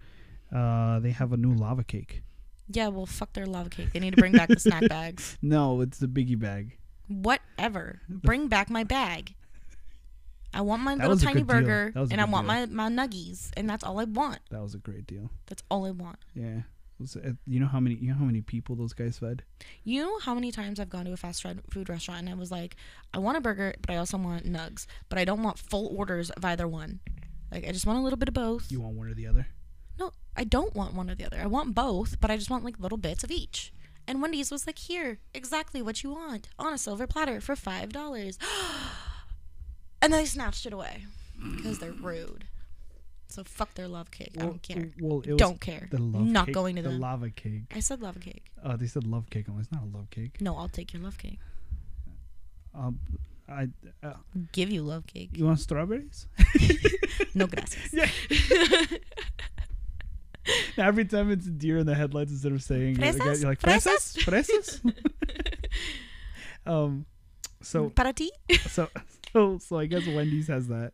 Speaker 1: Uh, they have a new lava cake.
Speaker 2: yeah, well, fuck their lava cake. They need to bring back the snack bags.
Speaker 1: No, it's the biggie bag.
Speaker 2: whatever. Bring back my bag. I want my
Speaker 1: That
Speaker 2: little
Speaker 1: was a
Speaker 2: tiny
Speaker 1: good deal.
Speaker 2: burger
Speaker 1: That was a
Speaker 2: and I
Speaker 1: good
Speaker 2: want
Speaker 1: deal.
Speaker 2: my, my nuggies and that's all I want.
Speaker 1: That was a great deal.
Speaker 2: That's all I want.
Speaker 1: Yeah. It was- uh, you know how many you know how many people those guys fed?
Speaker 2: You know how many times I've gone to a fast fri- food restaurant and I was like, I want a burger, but I also want nugs, but I don't want full orders of either one. Like I just want a little bit of both.
Speaker 1: You want one or the other?
Speaker 2: no, I don't want one or the other. I want both, but I just want like little bits of each. And Wendy's was like, here, exactly what you want on a silver platter for five dollars. and they snatched it away because they're rude. So fuck their love cake. I don't care.
Speaker 1: Well, it was
Speaker 2: Don't care.
Speaker 1: The love
Speaker 2: Not
Speaker 1: cake-
Speaker 2: going to
Speaker 1: the
Speaker 2: them.
Speaker 1: lava cake.
Speaker 2: I said love cake.
Speaker 1: Uh, they said love cake. I'm like, it's not a love cake.
Speaker 2: No, I'll take your love cake.
Speaker 1: Um, I uh,
Speaker 2: Give you love cake.
Speaker 1: you want strawberries?
Speaker 2: No gracias.
Speaker 1: Yeah. Every time it's a deer in the headlights instead of saying it,
Speaker 2: Fresas?
Speaker 1: you're like
Speaker 2: Fresas?
Speaker 1: fresas, fresas. um, so
Speaker 2: Para ti?
Speaker 1: so so so I guess Wendy's has that.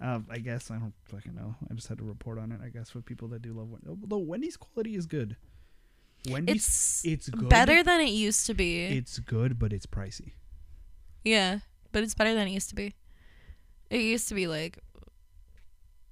Speaker 1: Um, I guess I don't fucking know. I just had to report on it. I guess for people that do love Wendy's, although Wendy's quality is good. Wendy's
Speaker 2: It's
Speaker 1: it's good.
Speaker 2: better than it used to be.
Speaker 1: It's good, but it's pricey.
Speaker 2: Yeah, but it's better than it used to be. It used to be like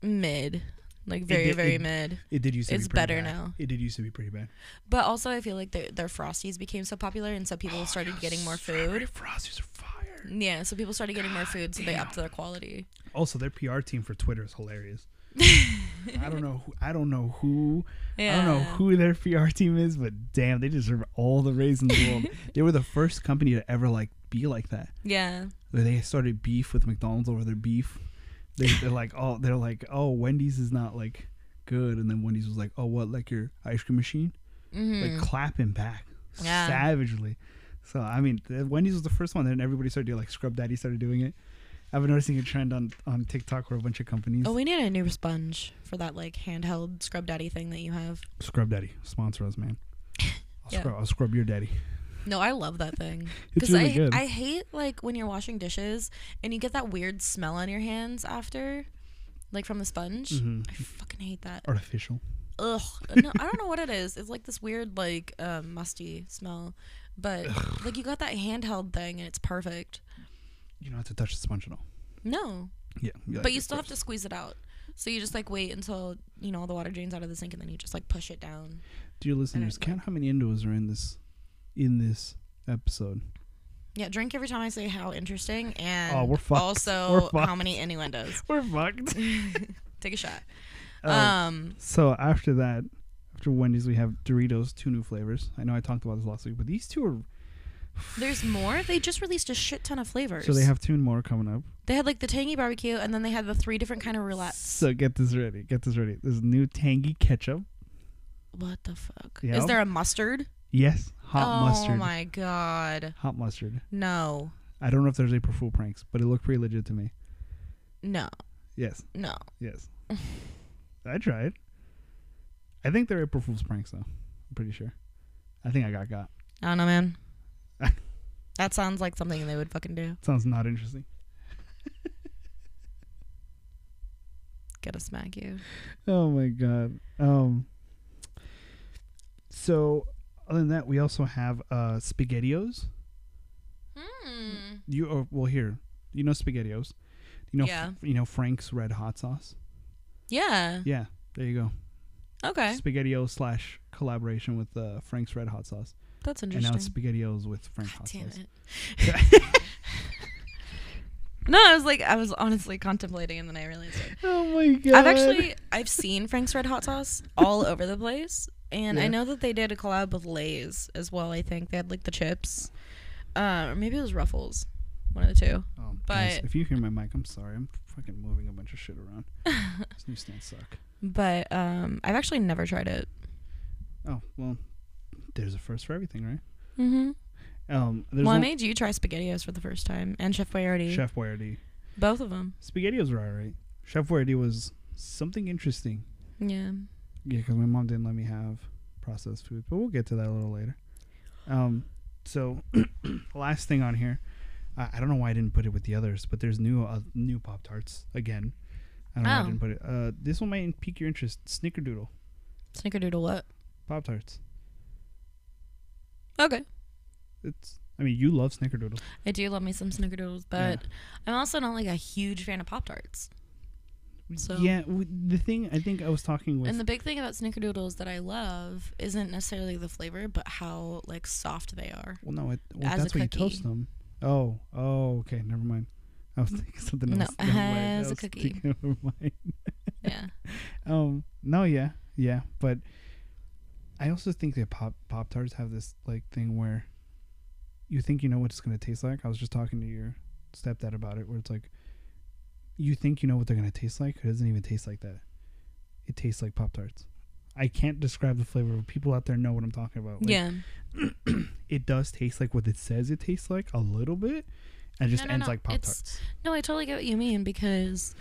Speaker 2: mid, like very
Speaker 1: did-
Speaker 2: very
Speaker 1: it-
Speaker 2: mid.
Speaker 1: It did used to be
Speaker 2: It's
Speaker 1: pretty
Speaker 2: better
Speaker 1: bad.
Speaker 2: now.
Speaker 1: It did used to be pretty bad.
Speaker 2: But also, I feel like their their frosties became so popular, and so
Speaker 1: Oh,
Speaker 2: people started getting more food.
Speaker 1: Frosties are fire.
Speaker 2: Yeah, so people started getting more food, so they upped their quality.
Speaker 1: Also, their PR team for Twitter is hilarious. I don't know. Who, I don't know who. I don't know
Speaker 2: Yeah.
Speaker 1: who their PR team is, but damn, they deserve all the raise in the world. they were the first company to ever like be like that.
Speaker 2: Yeah,
Speaker 1: Where They started beef with McDonald's over their beef. They, they're like, oh, they're like, oh, Wendy's is not like good, and then Wendy's was like, oh, what, like your ice cream machine? Like clapping back
Speaker 2: Mm-hmm. Yeah.
Speaker 1: savagely. So I mean, th- Wendy's was the first one, then everybody started doing like Scrub Daddy started doing it. I've been noticing a trend on on TikTok where a bunch of companies.
Speaker 2: Oh, we need a new sponge for that like handheld scrub daddy thing that you have.
Speaker 1: Scrub Daddy sponsor us, man. I'll,
Speaker 2: Yeah.
Speaker 1: scrub, I'll scrub your daddy.
Speaker 2: No, I love that thing.
Speaker 1: It's
Speaker 2: Because
Speaker 1: really
Speaker 2: I,
Speaker 1: good.
Speaker 2: I hate like when you're washing dishes and you get that weird smell on your hands after, like from the sponge.
Speaker 1: Mm-hmm.
Speaker 2: I fucking hate that.
Speaker 1: Artificial.
Speaker 2: Ugh. No, I don't know what it is. It's like this weird like um, musty smell, but like you got that handheld thing and it's perfect.
Speaker 1: You don't have to touch the sponge at all.
Speaker 2: No,
Speaker 1: Yeah.
Speaker 2: but you still have to squeeze it out. So you just like wait until you know the water drains out of the sink and then you just like push it down.
Speaker 1: Dear listeners,
Speaker 2: like-
Speaker 1: count how many endos are in this, in this episode.
Speaker 2: Yeah, drink every time I say how interesting and
Speaker 1: Oh, we're fucked. We're
Speaker 2: also
Speaker 1: fucked.
Speaker 2: how many innuendos.
Speaker 1: We're fucked.
Speaker 2: Take a shot.
Speaker 1: Oh.
Speaker 2: Um,
Speaker 1: so after that, after Wendy's, we have Doritos, two new flavors. I know I talked about this last week, but these two are.
Speaker 2: there's more. They just released a shit ton of flavors.
Speaker 1: So they have two more coming up.
Speaker 2: they had like the tangy barbecue and then they had the three different kind of roulette.
Speaker 1: So get this ready. Get this ready. There's new tangy ketchup.
Speaker 2: What the fuck?
Speaker 1: Yep.
Speaker 2: Is there a mustard?
Speaker 1: Yes, hot
Speaker 2: oh
Speaker 1: mustard.
Speaker 2: my god.
Speaker 1: Hot mustard.
Speaker 2: No.
Speaker 1: I don't know if there's April Fool pranks, but it looked pretty legit to me.
Speaker 2: No.
Speaker 1: Yes,
Speaker 2: No.
Speaker 1: yes. I tried. I think they're April Fool's pranks, though. I'm pretty sure. I think I got got.
Speaker 2: I don't know, man. that sounds like something they would fucking do.
Speaker 1: Sounds not interesting.
Speaker 2: Gotta smack you.
Speaker 1: Oh my god. Um So, other than that, we also have uh, Spaghettios.
Speaker 2: Hmm.
Speaker 1: You or, well here, you know Spaghettios. You know,
Speaker 2: Yeah.
Speaker 1: you know Frank's Red Hot Sauce.
Speaker 2: Yeah.
Speaker 1: Yeah, there you go.
Speaker 2: Okay.
Speaker 1: Spaghettios slash collaboration with uh, Frank's Red Hot Sauce,
Speaker 2: That's
Speaker 1: and now
Speaker 2: interesting.
Speaker 1: it's Spaghettios with Frank's
Speaker 2: God
Speaker 1: Hot
Speaker 2: damn
Speaker 1: Sauce.
Speaker 2: it. no, I was like, I was honestly contemplating, and then I realized it.
Speaker 1: Oh my god!
Speaker 2: I've actually I've seen Frank's Red Hot Sauce all over the place, and
Speaker 1: Yeah.
Speaker 2: I know that they did a collab with Lay's as well. I think they had like the chips, uh, or maybe it was Ruffles, one of the two.
Speaker 1: Oh, guys,
Speaker 2: but-
Speaker 1: if you hear my mic, I'm sorry. I'm fucking moving a bunch of shit around. These new stands suck.
Speaker 2: But um, I've actually never tried it.
Speaker 1: Oh well, there's a first for everything, right?
Speaker 2: Mm-hmm.
Speaker 1: Um, there's
Speaker 2: Well, I
Speaker 1: one-
Speaker 2: made you try SpaghettiOs for the first time, and Chef Boyardee,
Speaker 1: Chef Boyardee.
Speaker 2: both of them.
Speaker 1: Spaghettios were alright. Chef Boyardee was something interesting.
Speaker 2: Yeah.
Speaker 1: Yeah, because my mom didn't let me have processed food, but we'll get to that a little later. Um, so last thing on here, I, I don't know why I didn't put it with the others, but there's new uh, new Pop Tarts again. I don't know why I
Speaker 2: Oh.
Speaker 1: didn't put it. Uh, this one might pique your interest. Snickerdoodle
Speaker 2: Snickerdoodle what?
Speaker 1: Pop Tarts.
Speaker 2: Okay.
Speaker 1: It's I mean you love Snickerdoodle.
Speaker 2: I do love me some Snickerdoodles, but I'm also not like a huge fan of Pop Tarts. So-
Speaker 1: yeah, w- the thing I think I was talking with
Speaker 2: And the big thing about snickerdoodles that I love isn't necessarily the flavor, but how like soft they are.
Speaker 1: Well, no, it, well,
Speaker 2: as a
Speaker 1: that's why you toast
Speaker 2: cookie.
Speaker 1: them. Oh, oh, okay, never mind. I was thinking something
Speaker 2: No,
Speaker 1: else. Never mind. I
Speaker 2: as a
Speaker 1: was
Speaker 2: cookie.
Speaker 1: thinking- Never mind.
Speaker 2: Yeah.
Speaker 1: Um, no, yeah, yeah, but I also think that pop pop tarts have this like thing where you think you know what it's gonna taste like. I was just talking to your stepdad about it, where it's like you think you know what they're gonna taste like. It doesn't even taste like that. It tastes like pop tarts. I can't describe the flavor. but People out there know what I'm talking about. Like,
Speaker 2: yeah.
Speaker 1: it does taste like what it says it tastes like a little bit and it just
Speaker 2: No, no,
Speaker 1: ends
Speaker 2: no.
Speaker 1: like pop
Speaker 2: It's-
Speaker 1: tarts
Speaker 2: No, I totally get what you mean because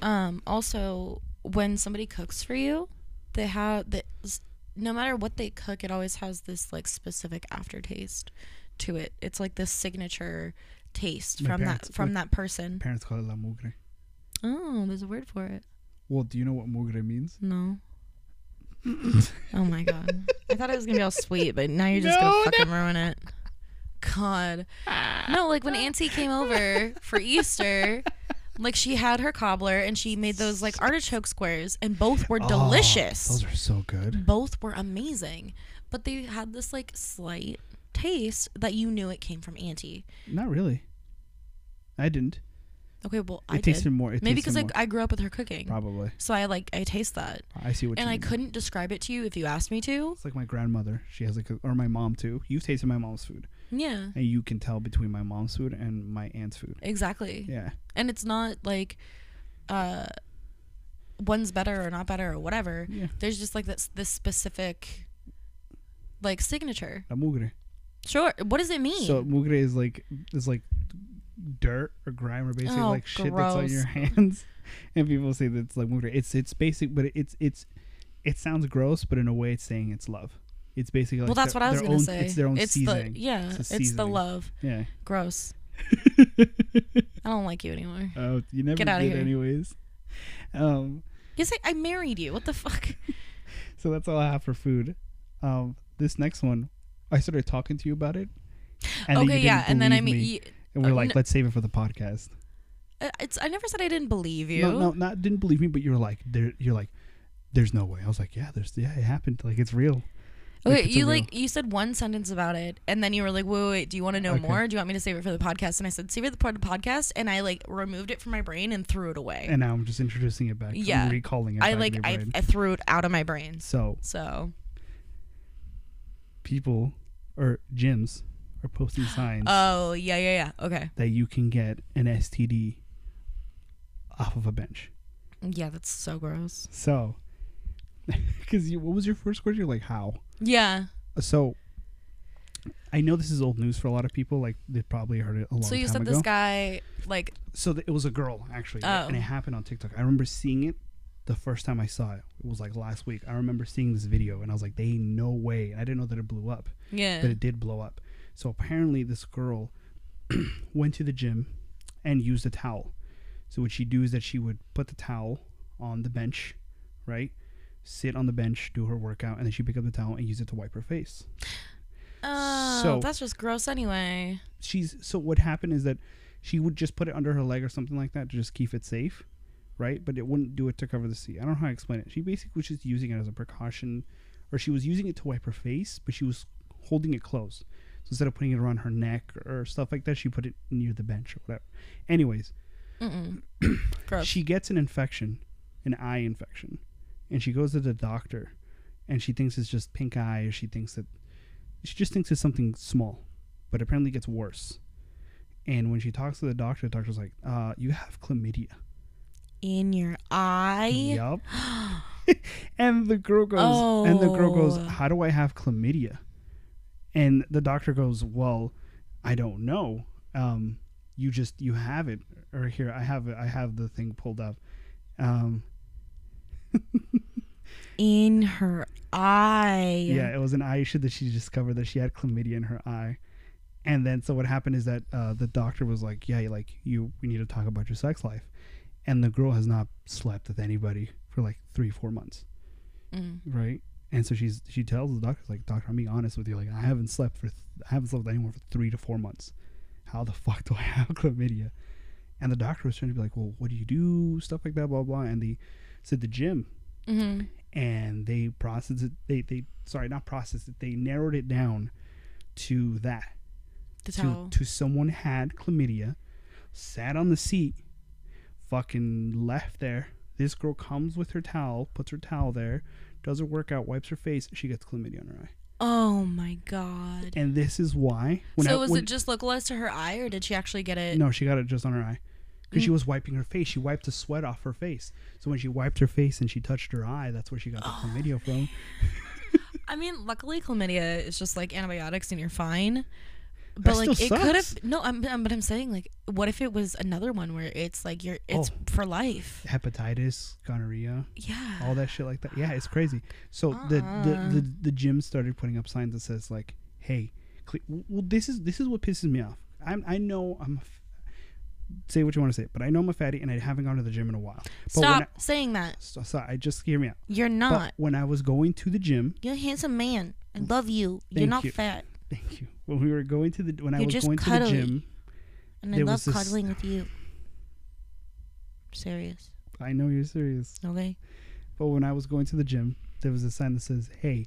Speaker 2: um also when somebody cooks for you, they have that no matter what they cook, it always has this like specific aftertaste to it. It's like this signature taste
Speaker 1: My
Speaker 2: from
Speaker 1: parents-
Speaker 2: that from
Speaker 1: my-
Speaker 2: that person.
Speaker 1: parents call it la mugre
Speaker 2: Oh, there's a word for it.
Speaker 1: well do you know what mugre means
Speaker 2: No. oh my god. I thought it was gonna be all sweet, but now you're just
Speaker 1: No, Ah.
Speaker 2: gonna fucking ruin it. God. No, like when Auntie came over for Easter, like she had her cobbler and she made those like artichoke squares and both were
Speaker 1: Oh,
Speaker 2: delicious.
Speaker 1: those are so good
Speaker 2: both were amazing. But they had this like slight taste that you knew it came from Auntie.
Speaker 1: not really i didn't
Speaker 2: Okay, well
Speaker 1: it
Speaker 2: I
Speaker 1: tasted
Speaker 2: did.
Speaker 1: more it
Speaker 2: Maybe
Speaker 1: tasted
Speaker 2: because I,
Speaker 1: more.
Speaker 2: I grew up with her cooking.
Speaker 1: probably
Speaker 2: So I like I taste that.
Speaker 1: i see what
Speaker 2: And
Speaker 1: you
Speaker 2: I
Speaker 1: mean.
Speaker 2: couldn't describe it to you if you asked me to.
Speaker 1: it's like my grandmother she has like a, or my mom too you've tasted my mom's food
Speaker 2: Yeah.
Speaker 1: and you can tell between my mom's food and my aunt's food
Speaker 2: Exactly.
Speaker 1: yeah
Speaker 2: And it's not like uh one's better or not better or whatever.
Speaker 1: yeah
Speaker 2: There's just like this this specific like signature.
Speaker 1: la mugre
Speaker 2: Sure. What does it mean?
Speaker 1: So mugre is like is like dirt or grime or basically
Speaker 2: Oh,
Speaker 1: like shit that's on
Speaker 2: gross.
Speaker 1: your hands. And people say that's like mugre. It's it's basic, but it's it's it sounds gross, but in a way, it's saying it's love. It's basically like
Speaker 2: well, that's
Speaker 1: their-
Speaker 2: what I was
Speaker 1: their
Speaker 2: gonna
Speaker 1: own-
Speaker 2: say.
Speaker 1: It's their own
Speaker 2: the
Speaker 1: seasoning.
Speaker 2: yeah.
Speaker 1: It's
Speaker 2: It's,
Speaker 1: a
Speaker 2: the
Speaker 1: seasoning.
Speaker 2: love.
Speaker 1: yeah.
Speaker 2: Gross. I don't like you anymore.
Speaker 1: Oh, you never
Speaker 2: Get
Speaker 1: did
Speaker 2: outta here.
Speaker 1: anyways. Um,
Speaker 2: Yes, I, I married you. What the fuck?
Speaker 1: so that's all I have for food. Um, this next one, I started talking to you about it. And then
Speaker 2: okay,
Speaker 1: you
Speaker 2: yeah.
Speaker 1: didn't
Speaker 2: And then I
Speaker 1: believe
Speaker 2: mean,
Speaker 1: me.
Speaker 2: y-
Speaker 1: and we're
Speaker 2: uh,
Speaker 1: like,
Speaker 2: n-
Speaker 1: let's save it for the podcast.
Speaker 2: uh, it's I never said I didn't believe you.
Speaker 1: No, no, not didn't believe me, but you were like, there, you're like, there's no way. I was like, yeah, there's, yeah, it happened. Like it's real.
Speaker 2: Okay,
Speaker 1: it's a
Speaker 2: you
Speaker 1: real-
Speaker 2: like you said one sentence about it, and then you were like, "Wait, wait, wait do you want to know
Speaker 1: Okay.
Speaker 2: more? Do you want me to save it for the podcast?" And I said, "Save it for the podcast," and I like removed it from my brain and threw it away.
Speaker 1: and now I'm just introducing it back. Yeah,
Speaker 2: eh, Yeah.
Speaker 1: recalling it.
Speaker 2: I
Speaker 1: back
Speaker 2: like
Speaker 1: in my
Speaker 2: I,
Speaker 1: brain.
Speaker 2: I threw it out of my brain.
Speaker 1: so
Speaker 2: So
Speaker 1: people or gyms are posting signs
Speaker 2: oh yeah yeah yeah okay
Speaker 1: that you can get an STD off of a bench.
Speaker 2: yeah that's so gross
Speaker 1: So, because what was your first question? You're like, how?
Speaker 2: yeah
Speaker 1: Uh, So. I know this is old news for a lot of people. Like they probably heard it a long
Speaker 2: so you
Speaker 1: time
Speaker 2: said
Speaker 1: ago.
Speaker 2: this guy like
Speaker 1: so th- it was a girl actually
Speaker 2: Oh.
Speaker 1: and it happened on tiktok i remember seeing it the first time i saw it it was like last week i remember seeing this video and i was like they no way and i didn't know that it blew up
Speaker 2: yeah
Speaker 1: but it did blow up so apparently this girl went to the gym and used a towel so what she'd do is that she would put the towel on the bench right sit on the bench, do her workout, and then she pick up the towel and use it to wipe her face.
Speaker 2: Oh,
Speaker 1: So-
Speaker 2: that's just gross anyway.
Speaker 1: She's so what happened is that she would just put it under her leg or something like that to just keep it safe, right? But it wouldn't do it to cover the seat. I don't know how to explain it. She basically was just using it as a precaution, or she was using it to wipe her face, but she was holding it close. So instead of putting it around her neck or stuff like that, she put it near the bench or whatever. Anyways,
Speaker 2: Mm-mm. gross.
Speaker 1: she gets an infection, an eye infection, and she goes to the doctor, and she thinks it's just pink eye, or she thinks that she just thinks it's something small, but apparently it gets worse. And when she talks to the doctor, the doctor's like, uh, "You have chlamydia."
Speaker 2: In your eye.
Speaker 1: Yup. and the girl goes, and the girl goes,
Speaker 2: Oh.
Speaker 1: "How do I have chlamydia?" And the doctor goes, "Well, I don't know. Um, you just you have it, or here I have it. I have the thing pulled up." Um,
Speaker 2: In her eye.
Speaker 1: Yeah, it was an eye issue that she discovered that she had chlamydia in her eye. And then, so what happened is that uh, the doctor was like, "Yeah, like you, we need to talk about your sex life." And the girl has not slept with anybody for like three, four months,
Speaker 2: Mm.
Speaker 1: right? And so she's she tells the doctor, like, "Doctor, I'm being honest with you. Like, I haven't slept for, th- I haven't slept with anyone for three to four months. How the fuck do I have chlamydia?" And the doctor was trying to be like, "Well, what do you do? Stuff like that, blah blah." And the said the gym
Speaker 2: hmm
Speaker 1: and they processed it they, they sorry not processed it they narrowed it down to that
Speaker 2: The
Speaker 1: to,
Speaker 2: towel.
Speaker 1: to someone had chlamydia sat on the seat fucking left there this girl comes with her towel puts her towel there does her workout wipes her face she gets chlamydia on her eye
Speaker 2: oh my god.
Speaker 1: and this is why
Speaker 2: so
Speaker 1: I-
Speaker 2: was
Speaker 1: when-
Speaker 2: it just localized to her eye, or did she actually get it?
Speaker 1: No, she got it just on her eye. Because
Speaker 2: Mm.
Speaker 1: she was wiping her face. She wiped the sweat off her face. So when she wiped her face and she touched her eye, that's where she got the
Speaker 2: Ah.
Speaker 1: chlamydia from.
Speaker 2: I mean, luckily chlamydia is just like antibiotics and you're fine. But
Speaker 1: That
Speaker 2: like
Speaker 1: still
Speaker 2: it could have
Speaker 1: sucks.
Speaker 2: no, I'm, I'm but I'm saying like, what if it was another one where it's like you're it's
Speaker 1: Oh.
Speaker 2: for life?
Speaker 1: Hepatitis, gonorrhea.
Speaker 2: Yeah.
Speaker 1: all that shit like that. Yeah, it's crazy. So the,
Speaker 2: Uh-uh.
Speaker 1: the the the gym started putting up signs that says like, "Hey, cle- well, this is this is what pisses me off. I'm I know I'm a f- say what you want to say, but I know I'm a fatty and I haven't gone to the gym in a while. But When I,
Speaker 2: Stop Uh-uh. saying that.
Speaker 1: so, sorry, I just hear me out.
Speaker 2: You're
Speaker 1: But
Speaker 2: not.
Speaker 1: when I was going to the gym,
Speaker 2: you're a handsome man. I love you.
Speaker 1: Mm.
Speaker 2: You're
Speaker 1: Thank
Speaker 2: not
Speaker 1: you.
Speaker 2: fat,
Speaker 1: thank you. When we were going to the when I
Speaker 2: You're
Speaker 1: was
Speaker 2: just
Speaker 1: going
Speaker 2: cuddly.
Speaker 1: to the gym,
Speaker 2: and
Speaker 1: There
Speaker 2: I love
Speaker 1: was this-
Speaker 2: cuddling with you. Serious,
Speaker 1: I know you're serious.
Speaker 2: okay?
Speaker 1: But when I was going to the gym, there was a sign that says, "Hey,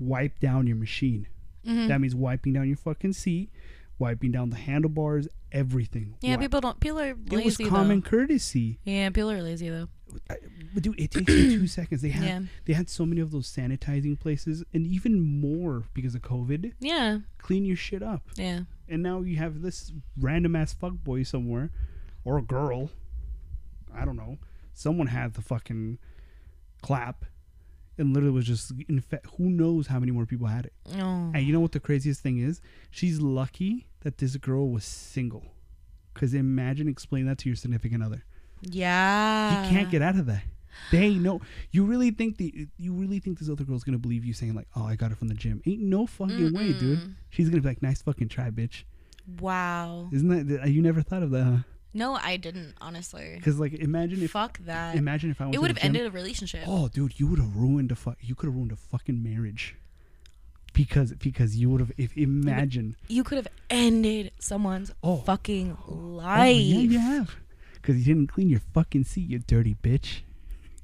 Speaker 1: wipe down your machine."
Speaker 2: Mhm.
Speaker 1: That means wiping down your fucking seat, wiping down the handlebars, everything.
Speaker 2: Yeah,
Speaker 1: Wipe-
Speaker 2: people don't. People are
Speaker 1: it was
Speaker 2: lazy
Speaker 1: common
Speaker 2: though.
Speaker 1: courtesy.
Speaker 2: Yeah, people are lazy though.
Speaker 1: I- But dude, it takes you two seconds. They had
Speaker 2: Yeah.
Speaker 1: they had so many of those sanitizing places, and even more because of COVID.
Speaker 2: Yeah,
Speaker 1: Clean your shit up,
Speaker 2: yeah.
Speaker 1: and now you have this random ass fuck boy somewhere, or a girl. I don't know. Someone had the fucking clap, and literally was just infect. Who knows how many more people had it?
Speaker 2: Oh,
Speaker 1: And you know what the craziest thing is? She's lucky that this girl was single. Because imagine explaining that to your significant other.
Speaker 2: yeah.
Speaker 1: you can't get out of that. They know. You really think the you really think this other girl's gonna believe you saying like, "Oh, I got it from the gym." Ain't no fucking way, dude. She's gonna be like, "Nice fucking try, bitch."
Speaker 2: Wow.
Speaker 1: Isn't that you never thought of that? huh?
Speaker 2: No, I didn't honestly.
Speaker 1: Because like, imagine if
Speaker 2: Fuck that.
Speaker 1: imagine if I went
Speaker 2: It
Speaker 1: to
Speaker 2: would
Speaker 1: the
Speaker 2: have
Speaker 1: gym-
Speaker 2: ended a relationship.
Speaker 1: Oh, dude, you would have ruined a fuck. You could have ruined a fucking marriage. Because because you would have if imagine
Speaker 2: You could have ended someone's
Speaker 1: Oh.
Speaker 2: fucking
Speaker 1: Oh,
Speaker 2: life.
Speaker 1: yeah, you have. Because you didn't clean your fucking seat, you dirty bitch.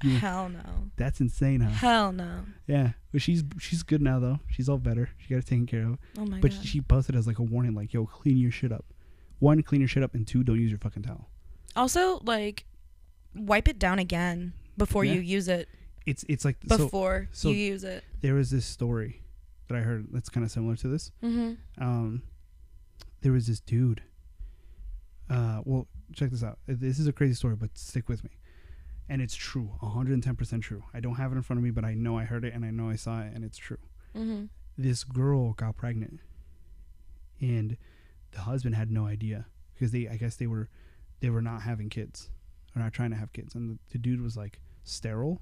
Speaker 1: you-
Speaker 2: Hell no.
Speaker 1: That's insane, huh?
Speaker 2: Hell no.
Speaker 1: Yeah. But she's she's good now though. She's all better. She got it taken care of.
Speaker 2: Oh my
Speaker 1: But
Speaker 2: god.
Speaker 1: she posted as like a warning, like, "Yo, clean your shit up." One, clean your shit up, and two, don't use your fucking towel.
Speaker 2: also, like, wipe it down again before
Speaker 1: Yeah.
Speaker 2: you use it.
Speaker 1: It's it's like so.
Speaker 2: Before
Speaker 1: so-
Speaker 2: you use it.
Speaker 1: There was this story that I heard that's kind of similar to this.
Speaker 2: Mm-hmm.
Speaker 1: um, there was this dude. Uh, well, check this out. Uh, This is a crazy story, but stick with me. And it's true, 110% true. I don't have it in front of me, but I know I heard it and I know I saw it, and it's true.
Speaker 2: Mm-hmm.
Speaker 1: This girl got pregnant, and the husband had no idea because they, I guess they were, they were not having kids, or not trying to have kids, and the, the dude was like sterile.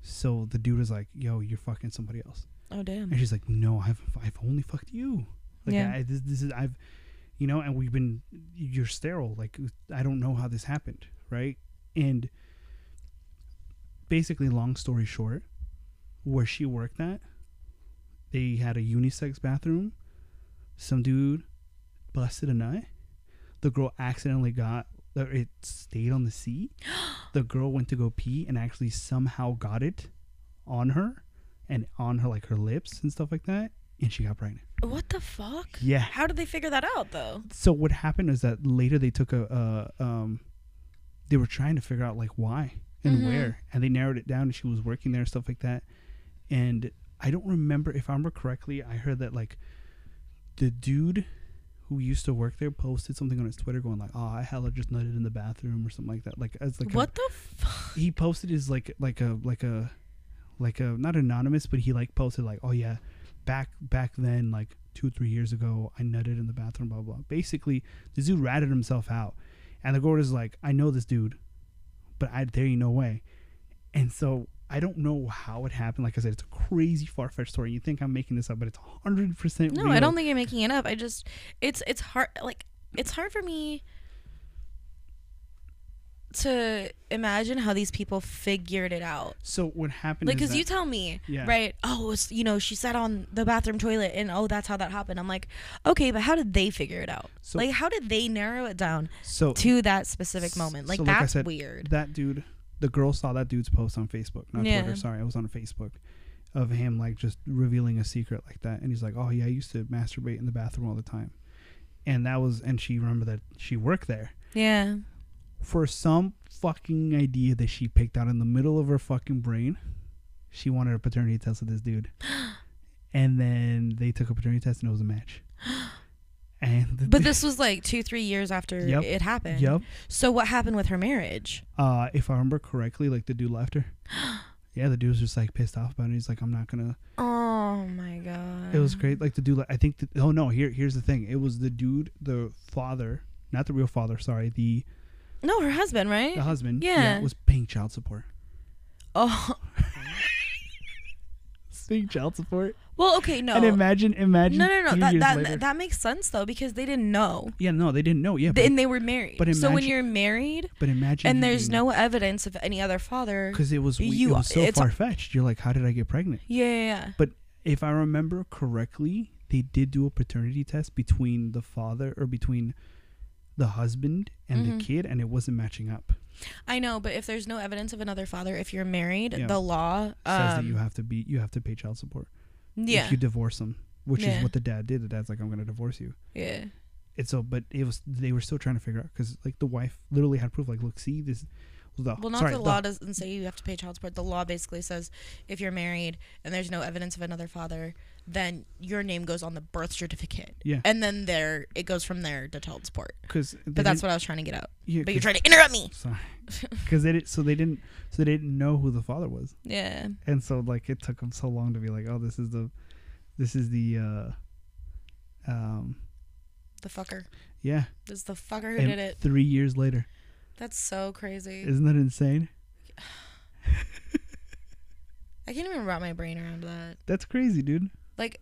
Speaker 1: So the dude was like, "Yo, you're fucking somebody else."
Speaker 2: Oh damn.
Speaker 1: And she's like, "No, I've I've only fucked you. Like
Speaker 2: Yeah.
Speaker 1: I, this, this is I've, you know, and we've been you're sterile. Like I don't know how this happened, right? And basically, long story short, where she worked at, they had a unisex bathroom. Some dude busted a nut. The girl accidentally got or it stayed on the seat. the girl went to go pee and actually somehow got it on her and on her like her lips and stuff like that, and she got pregnant.
Speaker 2: What the fuck?
Speaker 1: Yeah.
Speaker 2: How did they figure that out though?
Speaker 1: So what happened is that later they took a, a um, they were trying to figure out like why and
Speaker 2: Mhm.
Speaker 1: where, and they narrowed it down. And she was working there and stuff like that. And I don't remember if I remember correctly. I heard that like the dude who used to work there posted something on his Twitter going like, "Oh, I hella just nutted in the bathroom" or something like that. Like as like a-
Speaker 2: what the fuck?
Speaker 1: he posted his like like a like a like a not anonymous, but he like posted like, oh yeah, back back then like two three years ago, I nutted in the bathroom, blah blah. blah. Basically, this dude ratted himself out, and the girl is like, I know this dude, but I there ain't no way, and so. I don't know how it happened. Like I said, it's a crazy far fetched story. You think I'm making this up, but it's 100%
Speaker 2: No,
Speaker 1: real.
Speaker 2: I don't think I'm making it up. I just it's it's hard like it's hard for me to imagine how these people figured it out.
Speaker 1: So, what happened
Speaker 2: Like,
Speaker 1: is
Speaker 2: because you
Speaker 1: that-
Speaker 2: tell me,
Speaker 1: Yeah.
Speaker 2: right? Oh, it's, you know, she sat on the bathroom toilet, and oh, that's how that happened. I'm like, okay, but how did they figure it out?
Speaker 1: So-
Speaker 2: like, how did they narrow it down
Speaker 1: so
Speaker 2: to that specific moment? Like,
Speaker 1: So, like I
Speaker 2: that's
Speaker 1: said,
Speaker 2: weird.
Speaker 1: that dude the girl saw that dude's post on facebook not
Speaker 2: Yeah.
Speaker 1: twitter sorry it was on facebook of him like just revealing a secret like that and he's like oh yeah i used to masturbate in the bathroom all the time and that was and she remembered that she worked there
Speaker 2: yeah.
Speaker 1: for some fucking idea that she picked out in the middle of her fucking brain she wanted a paternity test with this dude and then they took a paternity test and it was a match and the
Speaker 2: But
Speaker 1: dude-
Speaker 2: this was like two, three years after
Speaker 1: Yep.
Speaker 2: it happened.
Speaker 1: yep
Speaker 2: So, what happened with her marriage?
Speaker 1: Uh, if I remember correctly, like the dude left her. yeah, the dude was just like pissed off about it. He's like, I'm not gonna.
Speaker 2: Oh my god.
Speaker 1: It was great. Like the dude, like, I think. The, oh no, here here's the thing. It was the dude, the father, not the real father. Sorry, the
Speaker 2: No, her husband, right?
Speaker 1: the husband.
Speaker 2: Yeah.
Speaker 1: was paying child support.
Speaker 2: Oh.
Speaker 1: Paying child support.
Speaker 2: Well, okay, no.
Speaker 1: And
Speaker 2: No,
Speaker 1: imagine, imagine.
Speaker 2: Oh. no, no.
Speaker 1: three
Speaker 2: That
Speaker 1: years later-
Speaker 2: that, that makes sense though because they didn't know.
Speaker 1: yeah, no, they didn't know. Yeah, but,
Speaker 2: and they were married.
Speaker 1: but
Speaker 2: so when
Speaker 1: imagine-
Speaker 2: you're married
Speaker 1: but imagine.
Speaker 2: and there's no evidence of any other father.
Speaker 1: Because it was we-
Speaker 2: you-
Speaker 1: it was so
Speaker 2: it's-
Speaker 1: far fetched. You're like, how did I get pregnant?
Speaker 2: Yeah, yeah, yeah.
Speaker 1: But if I remember correctly, they did do a paternity test between the father or between the husband and
Speaker 2: Mhm.
Speaker 1: the kid, and it wasn't matching up.
Speaker 2: I know, but if there's no evidence of another father, if you're married,
Speaker 1: Yeah.
Speaker 2: the law
Speaker 1: Says that you
Speaker 2: um,
Speaker 1: have to be you have to pay child support
Speaker 2: yeah,
Speaker 1: if you divorce them, which
Speaker 2: Yeah.
Speaker 1: is what the dad did. The dad's like, "I'm going to divorce you."
Speaker 2: yeah,
Speaker 1: And so, but it was they were still trying to figure out because like the wife literally had proof. Like, look, see this. was The,
Speaker 2: Well, not
Speaker 1: Oh, sorry,
Speaker 2: the law doesn't say you have to pay child support. The law basically says if you're married and there's no evidence of another father, then your name goes on the birth certificate.
Speaker 1: Yeah.
Speaker 2: And then there it goes from there to child support.
Speaker 1: because
Speaker 2: But that's what I was trying to get out.
Speaker 1: Yeah,
Speaker 2: But you're trying to interrupt me.
Speaker 1: because they did, so they didn't so they didn't know who the father was.
Speaker 2: Yeah.
Speaker 1: and so like it took him so long to be like oh this is the this is the uh um
Speaker 2: The fucker.
Speaker 1: yeah
Speaker 2: This is the fucker who
Speaker 1: and
Speaker 2: did it.
Speaker 1: three years later
Speaker 2: That's so crazy.
Speaker 1: isn't that insane
Speaker 2: I can't even wrap my brain around that.
Speaker 1: that's crazy dude
Speaker 2: Like,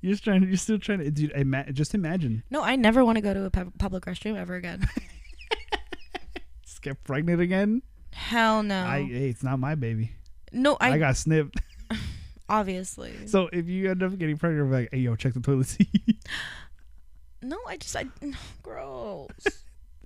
Speaker 1: you're just trying to you're still trying to dude ima- just imagine
Speaker 2: no, I never want to go to a pub- public restroom ever again.
Speaker 1: just get pregnant again
Speaker 2: Hell no.
Speaker 1: i hey, it's not my baby
Speaker 2: no, I,
Speaker 1: I, got snipped
Speaker 2: obviously.
Speaker 1: so if you end up getting pregnant like hey yo check the toilet seat
Speaker 2: No, I just I gross.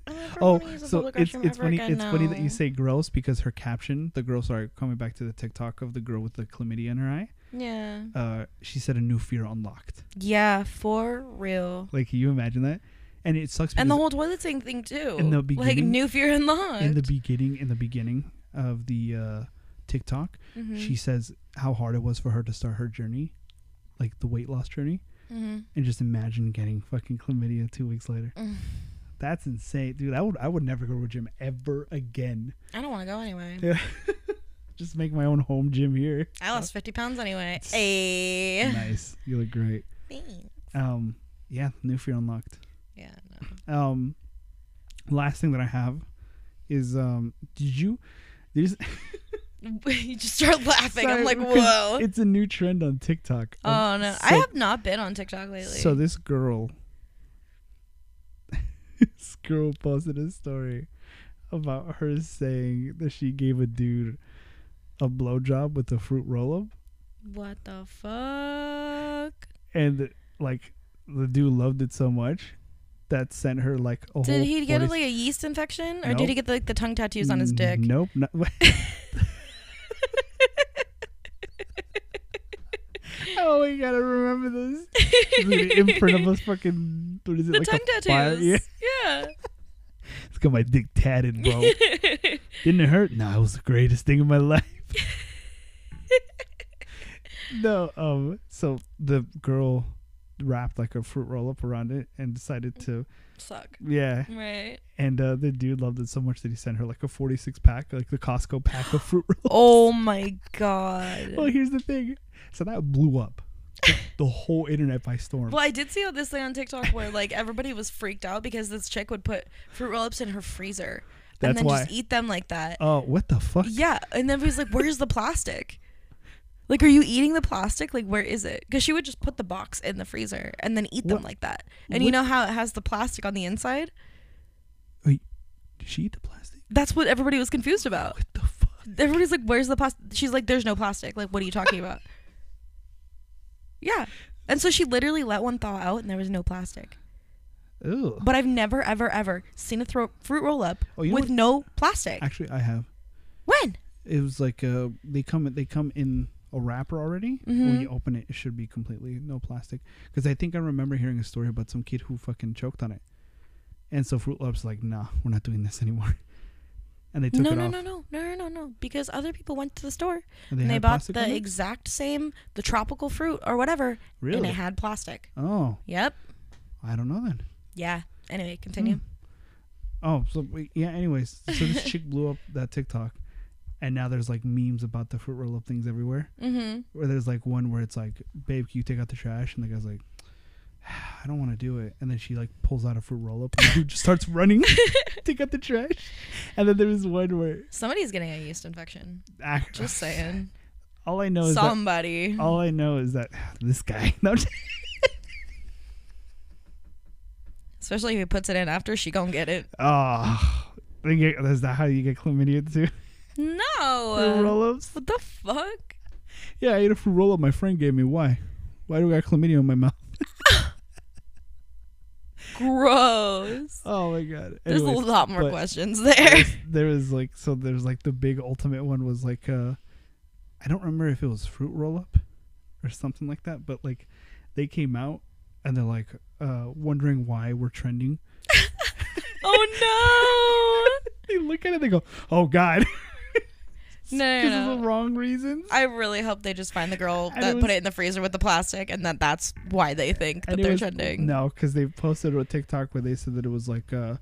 Speaker 2: I never
Speaker 1: oh
Speaker 2: wanna use a
Speaker 1: so
Speaker 2: public
Speaker 1: it's
Speaker 2: restroom
Speaker 1: it's
Speaker 2: ever
Speaker 1: funny
Speaker 2: again,
Speaker 1: it's funny that
Speaker 2: no.
Speaker 1: you say gross because her caption the girl sorry coming back to the tiktok of the girl with the chlamydia in her eye
Speaker 2: Yeah.
Speaker 1: uh she said a new fear unlocked
Speaker 2: Yeah, for real.
Speaker 1: Like, can you imagine that? And it sucks.
Speaker 2: And the
Speaker 1: because
Speaker 2: whole toilet thing thing too.
Speaker 1: in the
Speaker 2: like
Speaker 1: beginning-
Speaker 2: new fear unlocked.
Speaker 1: in the beginning, in the beginning of the uh, TikTok,
Speaker 2: Mhm,
Speaker 1: she says how hard it was for her to start her journey, like the weight loss journey,
Speaker 2: mhm.
Speaker 1: and just imagine getting fucking chlamydia two weeks later.
Speaker 2: Mm.
Speaker 1: That's insane, dude. I would I would never go to a gym ever again.
Speaker 2: I don't want to go anyway.
Speaker 1: Yeah. Just make my own home gym here.
Speaker 2: I lost 50 pounds anyway. Hey.
Speaker 1: nice. You look great. Um, yeah, new fear unlocked.
Speaker 2: Yeah, no.
Speaker 1: Um, last thing that I have is um, did you? There's
Speaker 2: you just start laughing.
Speaker 1: Sorry,
Speaker 2: I'm like,
Speaker 1: because
Speaker 2: whoa.
Speaker 1: It's a new trend on TikTok.
Speaker 2: Oh
Speaker 1: Um,
Speaker 2: no,
Speaker 1: so,
Speaker 2: I have not been on TikTok lately.
Speaker 1: So this girl, this girl posted a story about her saying that she gave a dude a blowjob with a fruit roll up,
Speaker 2: What the fuck?
Speaker 1: and like the dude loved it so much that sent her like a whole.
Speaker 2: Did he get
Speaker 1: 40
Speaker 2: like a yeast infection, or
Speaker 1: Nope.
Speaker 2: did he get like the tongue tattoos on his dick?
Speaker 1: Mm, Nope. Not, oh, we gotta remember this. the imprint of us fucking. What is it?
Speaker 2: the
Speaker 1: like
Speaker 2: tongue
Speaker 1: a fire-
Speaker 2: tattoos.
Speaker 1: Yeah.
Speaker 2: Yeah.
Speaker 1: It's got my dick tatted, bro. Didn't it hurt? No, it was the greatest thing in my life. no, um, so the girl wrapped like a fruit roll up around it and decided to,
Speaker 2: Suck.
Speaker 1: yeah.
Speaker 2: Right.
Speaker 1: And uh, the dude loved it so much that he sent her like a 46 pack, like the Costco pack of fruit roll.
Speaker 2: Oh my god.
Speaker 1: Well, here's the thing. So that blew up the, the whole internet by storm.
Speaker 2: Well, I did see this thing on TikTok where like everybody was freaked out because this chick would put fruit roll-ups in her freezer
Speaker 1: That's
Speaker 2: and then
Speaker 1: why.
Speaker 2: just eat them like that.
Speaker 1: Oh, what the fuck?
Speaker 2: yeah, and then was like, "Where's the plastic? Like, are you eating the plastic? Like, where is it?" Because she would just put the box in the freezer and then eat them
Speaker 1: What-
Speaker 2: like that. And you
Speaker 1: what-
Speaker 2: know how it has the plastic on the inside?
Speaker 1: Did she eat the plastic?
Speaker 2: That's what everybody was confused about.
Speaker 1: What the fuck?
Speaker 2: Everybody's like, "Where's the plastic?" She's like, "There's no plastic." Like, what are you talking about? yeah, and so she literally let one thaw out, and there was no plastic.
Speaker 1: Ew.
Speaker 2: But I've never, ever, ever seen a throw, fruit roll up
Speaker 1: Oh, you know
Speaker 2: with
Speaker 1: what?
Speaker 2: no plastic.
Speaker 1: Actually, I have.
Speaker 2: when?
Speaker 1: it was like uh they come they come in a wrapper already when
Speaker 2: Mm-hmm.
Speaker 1: you open it it should be completely no plastic because i think i remember hearing a story about some kid who fucking choked on it and so fruit loops like nah we're not doing this anymore and they took
Speaker 2: No,
Speaker 1: it
Speaker 2: no,
Speaker 1: off
Speaker 2: no, no, no, no, no, no. Because other people went to the store
Speaker 1: and
Speaker 2: and they
Speaker 1: had
Speaker 2: bought
Speaker 1: plastic on
Speaker 2: the
Speaker 1: it?
Speaker 2: exact same, the tropical fruit or whatever, and
Speaker 1: really
Speaker 2: it had plastic.
Speaker 1: oh
Speaker 2: Yep.
Speaker 1: i don't know then
Speaker 2: Yeah. Anyway, continue.
Speaker 1: oh so we- yeah anyways so this chick blew up that tiktok and now there's like memes about the fruit roll up things everywhere
Speaker 2: Mm-hmm.
Speaker 1: where there's like one where it's like, babe, can you take out the trash? And the guy's like, I don't want to do it. And then she like pulls out a fruit roll up and the dude just starts running to get the trash. And then there was one where
Speaker 2: Somebody's getting a yeast infection.
Speaker 1: ah,
Speaker 2: Just saying.
Speaker 1: all I know is that,
Speaker 2: Somebody.
Speaker 1: all I know is that this guy. No, I'm just-
Speaker 2: Especially if he puts it in after, she gonna get it.
Speaker 1: oh, they get- is that how you get chlamydia too? Fruit
Speaker 2: No.
Speaker 1: roll ups.
Speaker 2: What the fuck?
Speaker 1: Yeah, I ate a fruit roll up my friend gave me. Why? Why do I got chlamydia in my mouth?
Speaker 2: Gross.
Speaker 1: Oh my god.
Speaker 2: There's a
Speaker 1: Anyways.
Speaker 2: lot more
Speaker 1: but-
Speaker 2: questions there.
Speaker 1: was- there was like so there's like the big ultimate one was like uh I don't remember if it was fruit roll up or something like that, but like they came out and they're like uh wondering why we're trending.
Speaker 2: oh no.
Speaker 1: They look at it, they go, "Oh God,
Speaker 2: No,
Speaker 1: this is
Speaker 2: no,
Speaker 1: the
Speaker 2: no.
Speaker 1: wrong reasons."
Speaker 2: I really hope they just find the girl
Speaker 1: And
Speaker 2: that
Speaker 1: it
Speaker 2: put
Speaker 1: was-
Speaker 2: it in the freezer with the plastic, and that that's why they think that
Speaker 1: And it
Speaker 2: they're
Speaker 1: was-
Speaker 2: trending.
Speaker 1: No, because they posted a TikTok where they said that it was like, uh,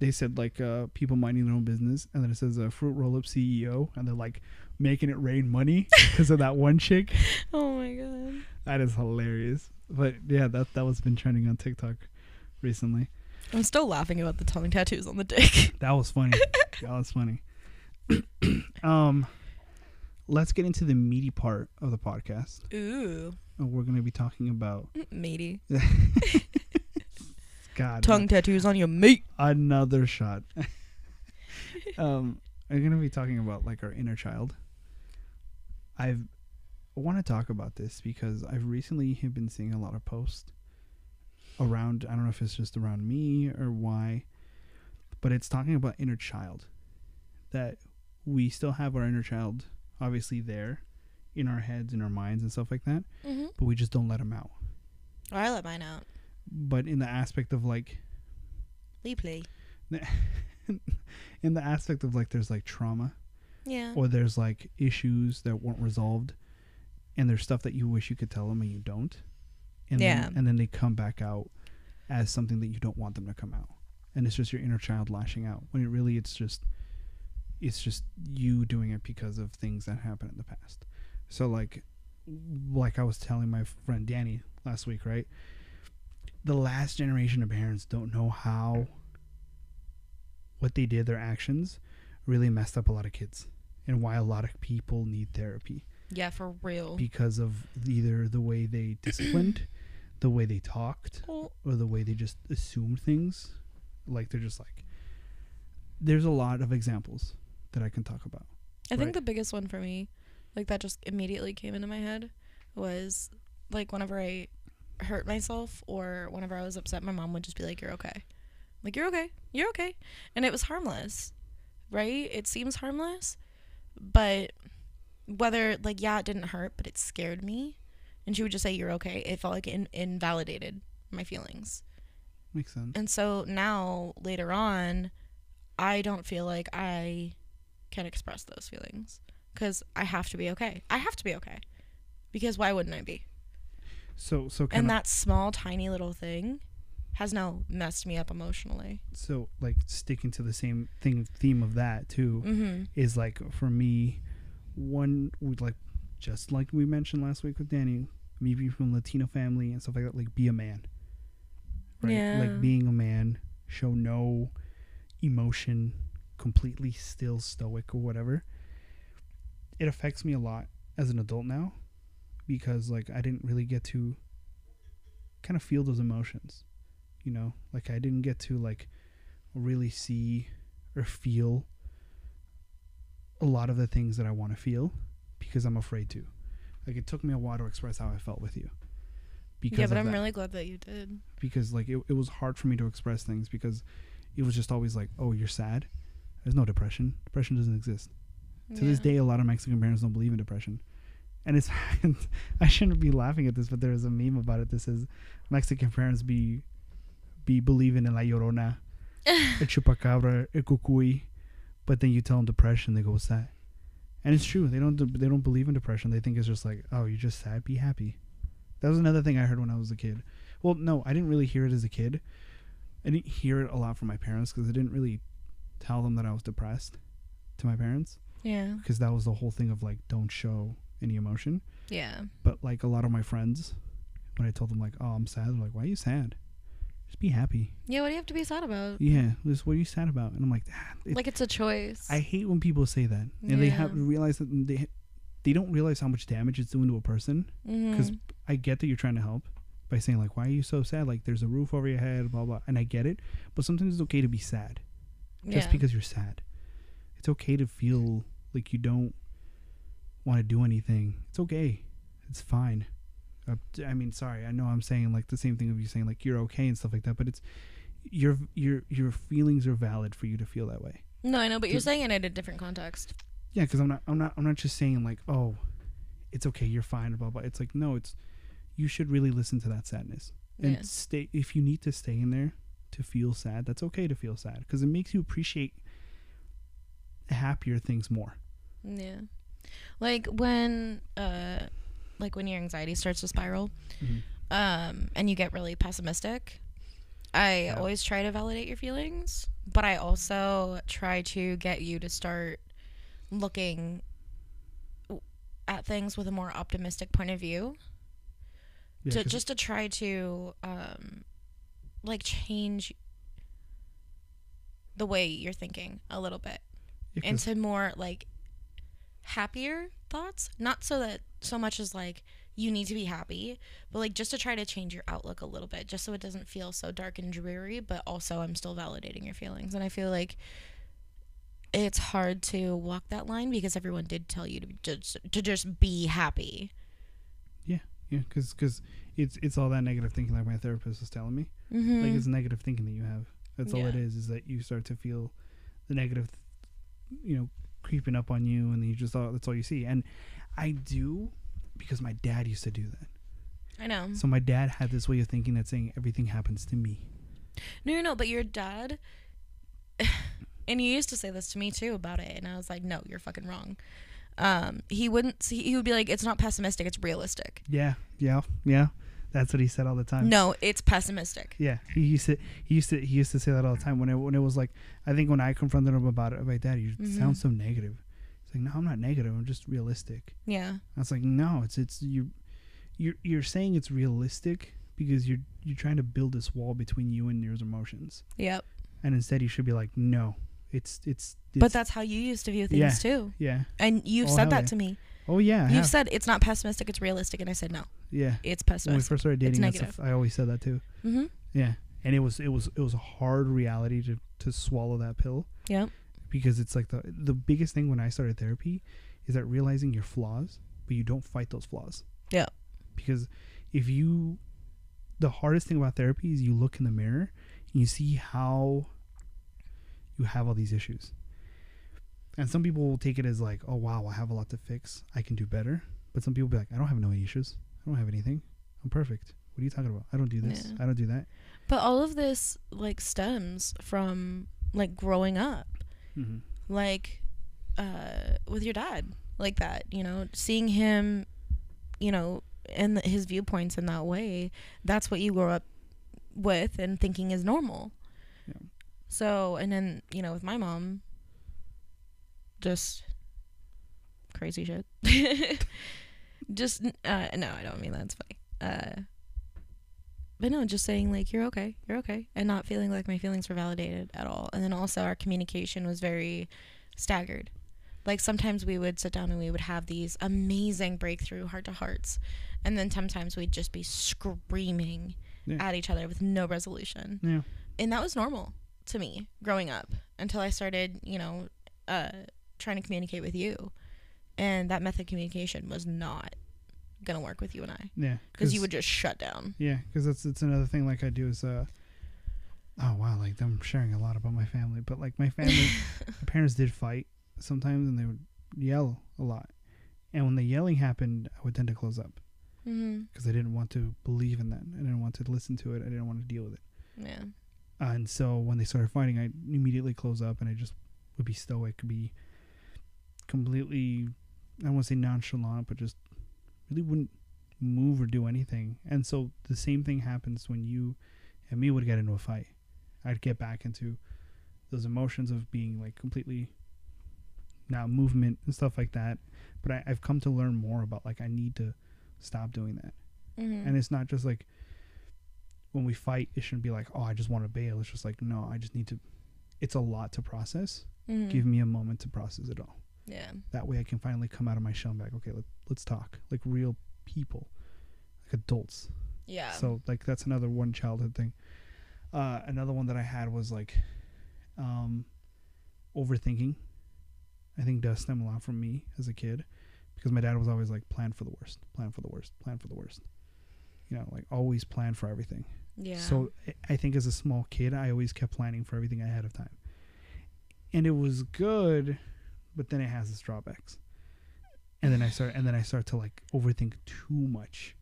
Speaker 1: they said like uh, people minding their own business, and then it says uh, fruit roll up CEO, and they're like making it rain money because of that one chick.
Speaker 2: Oh my god.
Speaker 1: That is hilarious. But yeah, that that was been trending on TikTok recently.
Speaker 2: I'm still laughing about the tongue tattoos on the dick.
Speaker 1: That was funny. that was funny. um, let's get into the meaty part of the podcast,
Speaker 2: Ooh,
Speaker 1: and we're going to be talking about
Speaker 2: matey.
Speaker 1: God
Speaker 2: Tongue tattoos on your meat.
Speaker 1: another shot. um, we're going to be talking about like our inner child. I've I want to talk about this because I've recently have been seeing a lot of posts around. I don't know if it's just around me or why, but it's talking about inner child that we still have our inner child obviously there in our heads, in our minds, and stuff like that,
Speaker 2: Mm-hmm.
Speaker 1: but we just don't let him out.
Speaker 2: Or I let mine out.
Speaker 1: But in the aspect of like
Speaker 2: We play.
Speaker 1: in the aspect of like there's like trauma
Speaker 2: Yeah.
Speaker 1: or there's like issues that weren't resolved and there's stuff that you wish you could tell them and you don't and then,
Speaker 2: Yeah.
Speaker 1: and then they come back out as something that you don't want them to come out and it's just your inner child lashing out when it really it's just it's just you doing it because of things that happened in the past so like like i was telling my friend danny last week right the last generation of parents don't know how what they did their actions really messed up a lot of kids and why a lot of people need therapy
Speaker 2: Yeah, for real.
Speaker 1: because of either the way they disciplined, the way they talked,
Speaker 2: Well,
Speaker 1: or the way they just assumed things. Like they're just like there's a lot of examples that I can talk about.
Speaker 2: I
Speaker 1: Right.
Speaker 2: think the biggest one for me, like that just immediately came into my head, was like whenever I hurt myself or whenever I was upset, my mom would just be like, You're okay. I'm like, You're okay. You're okay. And it was harmless, right? It seems harmless, but whether, like, yeah, it didn't hurt, but it scared me. And she would just say, You're okay. It felt like it in- invalidated my feelings.
Speaker 1: Makes sense.
Speaker 2: And so now later on, I don't feel like I can express those feelings because I have to be okay. I have to be okay because why wouldn't I be?
Speaker 1: So so
Speaker 2: and
Speaker 1: kind of
Speaker 2: that small, tiny little thing has now messed me up emotionally.
Speaker 1: so like sticking to the same thing theme of that too
Speaker 2: Mm-hmm.
Speaker 1: is like for me one would like just like we mentioned last week with Danny, me being from Latino family and stuff like that, like be a man. Right?
Speaker 2: Yeah.
Speaker 1: Like being a man, show no emotion, completely still stoic or whatever. It affects me a lot as an adult now because like I didn't really get to kind of feel those emotions. You know, like I didn't get to like really see or feel a lot of the things that I want to feel because I'm afraid to. Like it took me a while to express how I felt with you. Because
Speaker 2: Yeah, but
Speaker 1: of
Speaker 2: I'm
Speaker 1: that.
Speaker 2: really glad that you did.
Speaker 1: because like it, it was hard for me to express things because it was just always like, oh, you're sad. There's no depression. Depression doesn't exist. To this day, a lot of Mexican parents don't believe in depression. And it's I shouldn't be laughing at this, but there is a meme about it that says Mexican parents be be believing in La Llorona, el Chupacabra, el Cucuy, but then you tell them depression, they go, "What's that?" And it's true. They don't they don't believe in depression. They think it's just like, "Oh, you're just sad. Be happy." That was another thing I heard when I was a kid. Well, no, I didn't really hear it as a kid. I didn't hear it a lot from my parents because I didn't really tell them that I was depressed to my parents
Speaker 2: Yeah.
Speaker 1: because that was the whole thing of like don't show any emotion.
Speaker 2: Yeah.
Speaker 1: But like a lot of my friends, when I told them like, "Oh, I'm sad," they're like, "Why are you sad? Just be happy."
Speaker 2: Yeah. What do you have to be sad about?
Speaker 1: Yeah, just what are you sad about? And I'm like, ah, it-
Speaker 2: Like it's a choice.
Speaker 1: I hate when people say that, and they
Speaker 2: Yeah.
Speaker 1: haven't realized that they they don't realize how much damage it's doing to a person. Because
Speaker 2: Mhm.
Speaker 1: I get that you're trying to help by saying like, "Why are you so sad?" Like, there's a roof over your head, blah blah. And I get it, but sometimes it's okay to be sad just
Speaker 2: Yeah.
Speaker 1: because you're sad. It's okay to feel like you don't want to do anything. It's okay. It's fine. Uh, t- I mean, sorry. I know I'm saying like the same thing of you saying like you're okay and stuff like that, but it's your your your feelings are valid for you to feel that way.
Speaker 2: No, I know, but you're saying it in a different context.
Speaker 1: Yeah, because I'm not I'm not I'm not just saying like oh, it's okay. You're fine. Blah blah. It's like no. It's you should really listen to that sadness and
Speaker 2: Yeah.
Speaker 1: stay if you need to stay in there to feel sad. That's okay to feel sad because it makes you appreciate happier things more.
Speaker 2: Yeah. Like when uh like when your anxiety starts to spiral
Speaker 1: Mhm.
Speaker 2: um and you get really pessimistic, I
Speaker 1: Yeah.
Speaker 2: always try to validate your feelings, but I also try to get you to start looking w- at things with a more optimistic point of view
Speaker 1: Yeah,
Speaker 2: to
Speaker 1: 'cause-
Speaker 2: just to try to um like change the way you're thinking a little bit
Speaker 1: yeah, 'cause-
Speaker 2: into more like happier thoughts not so that so much as like you need to be happy but like just to try to change your outlook a little bit just so it doesn't feel so dark and dreary but also i'm still validating your feelings and i feel like it's hard to walk that line because everyone did tell you to just to just be happy
Speaker 1: Yeah, because it's it's all that negative thinking like my therapist was telling me.
Speaker 2: mm-hmm.
Speaker 1: Like it's negative thinking that you have. That's all it
Speaker 2: Yeah.
Speaker 1: is. Is that you start to feel the negative, you know, creeping up on you, and then you just all, that's all you see. And I do because my dad used to do that.
Speaker 2: i know
Speaker 1: So my dad had this way of thinking that saying everything happens to me.
Speaker 2: No, no, no, but your dad. And you used to say this to me too about it, and I was like, "No, you're fucking wrong." Um, he wouldn't. He he would be like, "It's not pessimistic; it's realistic."
Speaker 1: Yeah, yeah, yeah. That's what he said all the time.
Speaker 2: No, it's pessimistic.
Speaker 1: Yeah, he used to he used to he used to say that all the time. When it when it was like, I think when I confronted him about it, about that, you
Speaker 2: Mm-hmm.
Speaker 1: sound so negative. He's like, no, I'm not negative. I'm just realistic.
Speaker 2: Yeah,
Speaker 1: I was like, no, it's it's you, you're you're saying it's realistic because you're you're trying to build this wall between you and your emotions,
Speaker 2: yep.
Speaker 1: and instead you should be like, no, it's it's. it's
Speaker 2: But that's how you used to view things
Speaker 1: Yeah.
Speaker 2: too,
Speaker 1: yeah.
Speaker 2: and you've
Speaker 1: Oh, hell
Speaker 2: said that
Speaker 1: yeah.
Speaker 2: to me.
Speaker 1: Oh yeah, I
Speaker 2: You've
Speaker 1: have.
Speaker 2: said it's not pessimistic; it's realistic, and I said no,
Speaker 1: yeah.
Speaker 2: it's
Speaker 1: When we
Speaker 2: pessimistic.
Speaker 1: first started dating,
Speaker 2: It's
Speaker 1: and stuff, I always said that too.
Speaker 2: hmm
Speaker 1: Yeah, and it was it was it was a hard reality to to swallow that pill
Speaker 2: Yep.
Speaker 1: because it's like the the biggest thing when I started therapy is that realizing your flaws, but you don't fight those flaws.
Speaker 2: Yeah.
Speaker 1: Because if you the hardest thing about therapy is you look in the mirror and you see how you have all these issues. And some people will take it as like, oh wow, I have a lot to fix. I can do better. But some people be like, I don't have no issues. I don't have anything. I'm perfect. What are you talking about? I don't do this.
Speaker 2: Yeah.
Speaker 1: I don't do that.
Speaker 2: But all of this like stems from like growing up,
Speaker 1: Mm-hmm.
Speaker 2: like uh with your dad, like that, you know, seeing him, you know, and th- his viewpoints in that way, that's what you grow up with and thinking is normal.
Speaker 1: Yeah.
Speaker 2: So, and then, you know, with my mom just crazy shit. just uh no, I don't mean that. It's funny. Uh but no, just saying like you're okay, you're okay, and not feeling like my feelings were validated at all. And then also our communication was very staggered. Like sometimes we would sit down and we would have these amazing breakthrough heart to hearts, and then sometimes we'd just be screaming
Speaker 1: Yeah.
Speaker 2: at each other with no resolution
Speaker 1: Yeah.
Speaker 2: and that was normal to me growing up until I started, you know, uh, trying to communicate with you, and that method of communication was not gonna work with you and I
Speaker 1: Yeah.
Speaker 2: because you would just shut down.
Speaker 1: Yeah, because that's it's another thing. Like I do is, uh, oh wow, like I'm sharing a lot about my family, but like my family, my parents did fight sometimes, and they would yell a lot. And when the yelling happened, I would tend to close up
Speaker 2: Mm-hmm.
Speaker 1: because I didn't want to believe in that. I didn't want to listen to it. I didn't want to deal with it.
Speaker 2: Yeah,
Speaker 1: And so when they started fighting, I immediately close up and I just would be stoic, be completely, I don't want to say nonchalant, but just really wouldn't move or do anything. And so the same thing happens when you and me would get into a fight. I'd get back into those emotions of being like completely now movement and stuff like that. But I, I've come to learn more about like I need to stop doing that
Speaker 2: mm-hmm.
Speaker 1: and it's not just like when we fight it shouldn't be like oh i just want to bail it's just like no i just need to it's a lot to process
Speaker 2: Mm.
Speaker 1: give me a moment to process it all
Speaker 2: Mm-hmm. yeah,
Speaker 1: that way i can finally come out of my shell and be like okay let, let's talk like real people like adults
Speaker 2: yeah.
Speaker 1: so like that's another one childhood thing uh another one that i had was like um overthinking i think does stem a lot from me as a kid because my dad was always like plan for the worst plan for the worst plan for the worst you know like always plan for everything
Speaker 2: yeah.
Speaker 1: so I- I think as a small kid, I always kept planning for everything ahead of time. And it was good, but then it has its drawbacks. And then I start and then I start to like overthink too much.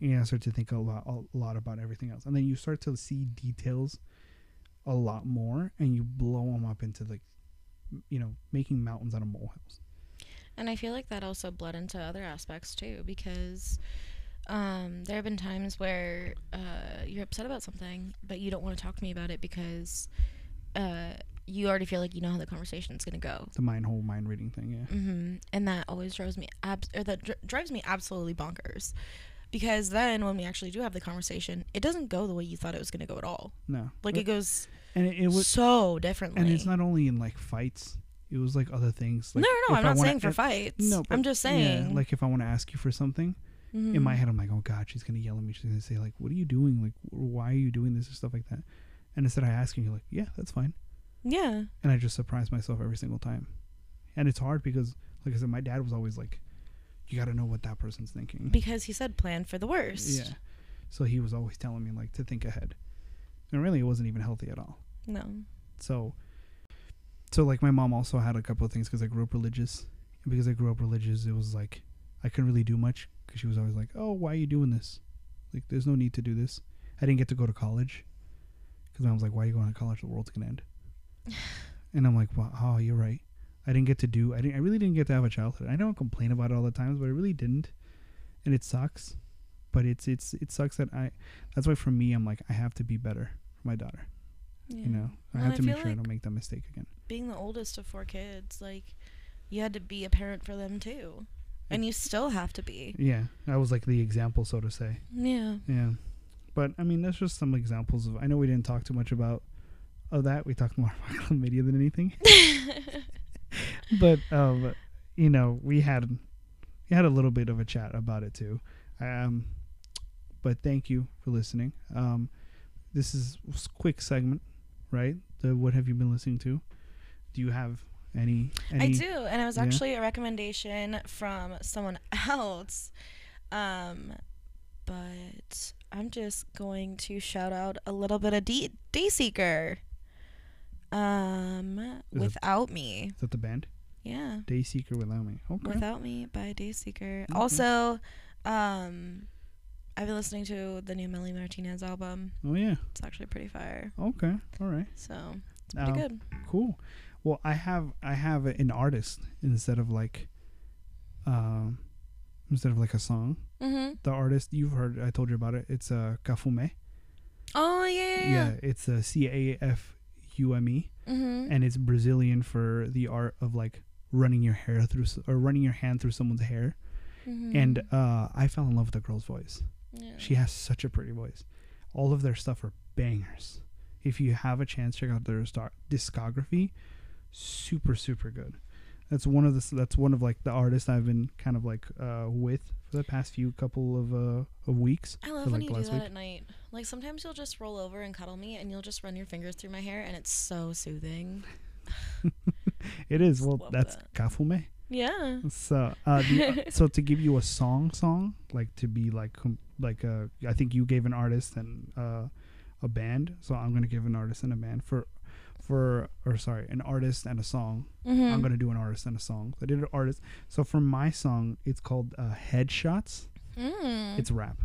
Speaker 1: And I start to think a lot a lot about everything else. And then you start to see details a lot more and you blow them up into like you know, making mountains out of molehills.
Speaker 2: And I feel like that also bled into other aspects too, because um, there have been times where uh, you're upset about something, but you don't want to talk to me about it because uh, you already feel like you know how the conversation's going to go.
Speaker 1: The mind whole mind reading thing, yeah.
Speaker 2: hmm And that always drives me abs- or that dr- drives me absolutely bonkers, because then when we actually do have the conversation, it doesn't go the way you thought it was going to go at all.
Speaker 1: No.
Speaker 2: Like it goes
Speaker 1: and it, it was
Speaker 2: so differently.
Speaker 1: and it's not only in like fights. It was like other things. Like
Speaker 2: no, no, no.
Speaker 1: if
Speaker 2: I'm
Speaker 1: I
Speaker 2: not
Speaker 1: wanna-
Speaker 2: saying for
Speaker 1: if-
Speaker 2: fights.
Speaker 1: No, but
Speaker 2: I'm just
Speaker 1: yeah,
Speaker 2: saying. Mm-hmm.
Speaker 1: like if I want to ask you for something, in my head I'm like, oh god, she's gonna yell at me. She's gonna say like, what are you doing? Like, wh- why are you doing this or stuff like that? And instead, I ask you, you're like, yeah, that's fine.
Speaker 2: yeah.
Speaker 1: And I just surprise myself every single time. And it's hard because, like I said, my dad was always like, you gotta know what that person's thinking.
Speaker 2: because he said plan for the worst.
Speaker 1: yeah. So he was always telling me like to think ahead, and really it wasn't even healthy at all.
Speaker 2: No.
Speaker 1: So, so like my mom also had a couple of things because I grew up religious, and because I grew up religious, it was like I couldn't really do much because she was always like, "Oh, why are you doing this? Like, there's no need to do this." I didn't get to go to college because I was like, "Why are you going to college? The world's gonna end." and I'm like, "Wow, oh, you're right. I didn't get to do. I didn't. I really didn't get to have a childhood. I know I complain about it all the times, but I really didn't, and it sucks." But it's it's it sucks that I. That's why for me, I'm like I have to be better for my daughter
Speaker 2: Yeah.
Speaker 1: you know i
Speaker 2: And
Speaker 1: have
Speaker 2: I
Speaker 1: to make
Speaker 2: feel
Speaker 1: sure i
Speaker 2: like-
Speaker 1: don't make that mistake again
Speaker 2: Being the oldest of four kids, like you had to be a parent for them too. And you still have to be.
Speaker 1: yeah i was like the example so to say
Speaker 2: Yeah.
Speaker 1: yeah but i mean that's just some examples of i know we didn't talk too much about of that we talked more about chlamydia than anything but um you know we had we had a little bit of a chat about it too um but thank you for listening um this is s- quick segment, right? The what have you been listening to? Do you have any? any
Speaker 2: I do, and it was
Speaker 1: yeah.
Speaker 2: actually a recommendation from someone else. Um, but I'm just going to shout out a little bit of D- Dayseeker. Um,
Speaker 1: it-
Speaker 2: without me,
Speaker 1: Is that the band
Speaker 2: yeah,
Speaker 1: Day Seeker without me? Okay.
Speaker 2: without me by Dayseeker.
Speaker 1: Okay.
Speaker 2: Also, um, I've been listening to the new Melly Martinez album.
Speaker 1: oh yeah.
Speaker 2: It's actually pretty fire.
Speaker 1: Okay. All right.
Speaker 2: So it's pretty
Speaker 1: Um,
Speaker 2: good.
Speaker 1: Cool. Well, I have I have an artist instead of like, um, instead of like a song.
Speaker 2: Mm-hmm.
Speaker 1: The artist you've heard, I told you about it. It's uh, Kafume.
Speaker 2: Oh yeah, yeah.
Speaker 1: it's a C A F U M E,
Speaker 2: yeah. Mm-hmm.
Speaker 1: and it's Brazilian for the art of like running your hair through s- or running your hand through someone's hair. And uh, I fell in love with the girl's voice.
Speaker 2: Mm-hmm. yeah.
Speaker 1: She has such a pretty voice. All of their stuff are bangers. If you have a chance, check out their star- discography. Super, super good. That's one of the s- that's one of like the artists I've been kind of like uh, with for the past few couple of uh, of weeks.
Speaker 2: I love
Speaker 1: for,
Speaker 2: when
Speaker 1: like,
Speaker 2: you do
Speaker 1: last
Speaker 2: that
Speaker 1: week.
Speaker 2: at night. Like sometimes you'll just roll over and cuddle me, and you'll just run your fingers through my hair, and it's so soothing.
Speaker 1: It is
Speaker 2: Just
Speaker 1: well
Speaker 2: love
Speaker 1: that's
Speaker 2: that.
Speaker 1: Kafume.
Speaker 2: Yeah.
Speaker 1: So uh, the, uh, so to give you a song song like to be like com- like uh, I think you gave an artist and uh, a band. So I'm gonna give an artist and a band for for or sorry an artist and a song.
Speaker 2: Mm-hmm.
Speaker 1: I'm gonna do an artist and a song. So I did an artist. So for my song, it's called uh, Headshots.
Speaker 2: Mm.
Speaker 1: It's rap.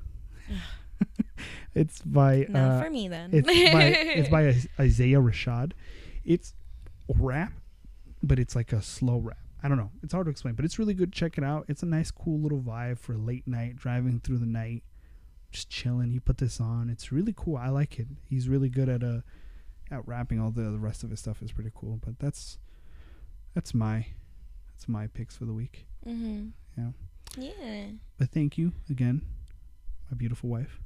Speaker 1: it's by
Speaker 2: Not
Speaker 1: uh,
Speaker 2: for me then.
Speaker 1: it's by it's by Is- Isaiah Rashad. It's rap, but it's like a slow rap. I don't know. It's hard to explain, but it's really good. Check it out. It's a nice, cool little vibe for late night driving through the night, just chilling. He put this on. It's really cool. I like it. He's really good at uh at rapping. All the, the rest of his stuff is pretty cool. But that's that's my that's my picks for the week.
Speaker 2: mm-hmm.
Speaker 1: Yeah.
Speaker 2: Yeah.
Speaker 1: But thank you again, my beautiful wife,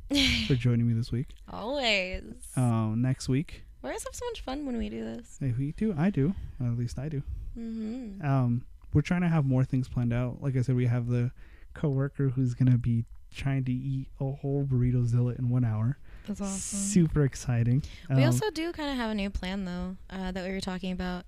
Speaker 1: for joining me this week.
Speaker 2: Always.
Speaker 1: Um, next week,
Speaker 2: we always have so much fun when we do this.
Speaker 1: if we do, I do. At least I do.
Speaker 2: Mm-hmm.
Speaker 1: um, we're trying to have more things planned out. Like I said, we have the coworker who's gonna be trying to eat a whole burrito zilla in one hour.
Speaker 2: That's
Speaker 1: Super exciting.
Speaker 2: we
Speaker 1: Um,
Speaker 2: also do kind of have a new plan though uh, that we were talking about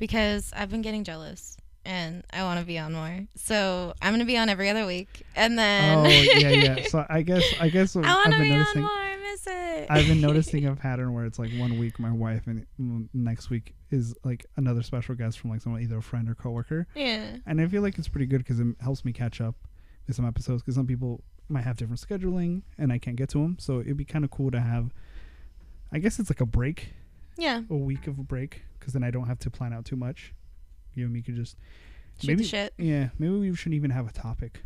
Speaker 2: because I've been getting jealous and I want to be on more. So I'm gonna be on every other week, and then
Speaker 1: Oh yeah, yeah. So I guess I guess what
Speaker 2: I
Speaker 1: I've
Speaker 2: want to
Speaker 1: been
Speaker 2: be on
Speaker 1: noticing.
Speaker 2: more. I miss it.
Speaker 1: I've been noticing a pattern where it's like one week my wife and mm, next week is like another special guest from like someone either a friend or coworker.
Speaker 2: yeah.
Speaker 1: And I feel like it's pretty good because it helps me catch up with some episodes because some people might have different scheduling and I can't get to them. So it'd be kind of cool to have, I guess it's like a break,
Speaker 2: Yeah.
Speaker 1: a week of a break because then I don't have to plan out too much. You and me could just,
Speaker 2: Shoot
Speaker 1: Maybe-
Speaker 2: the shit.
Speaker 1: yeah, maybe we shouldn't even have a topic.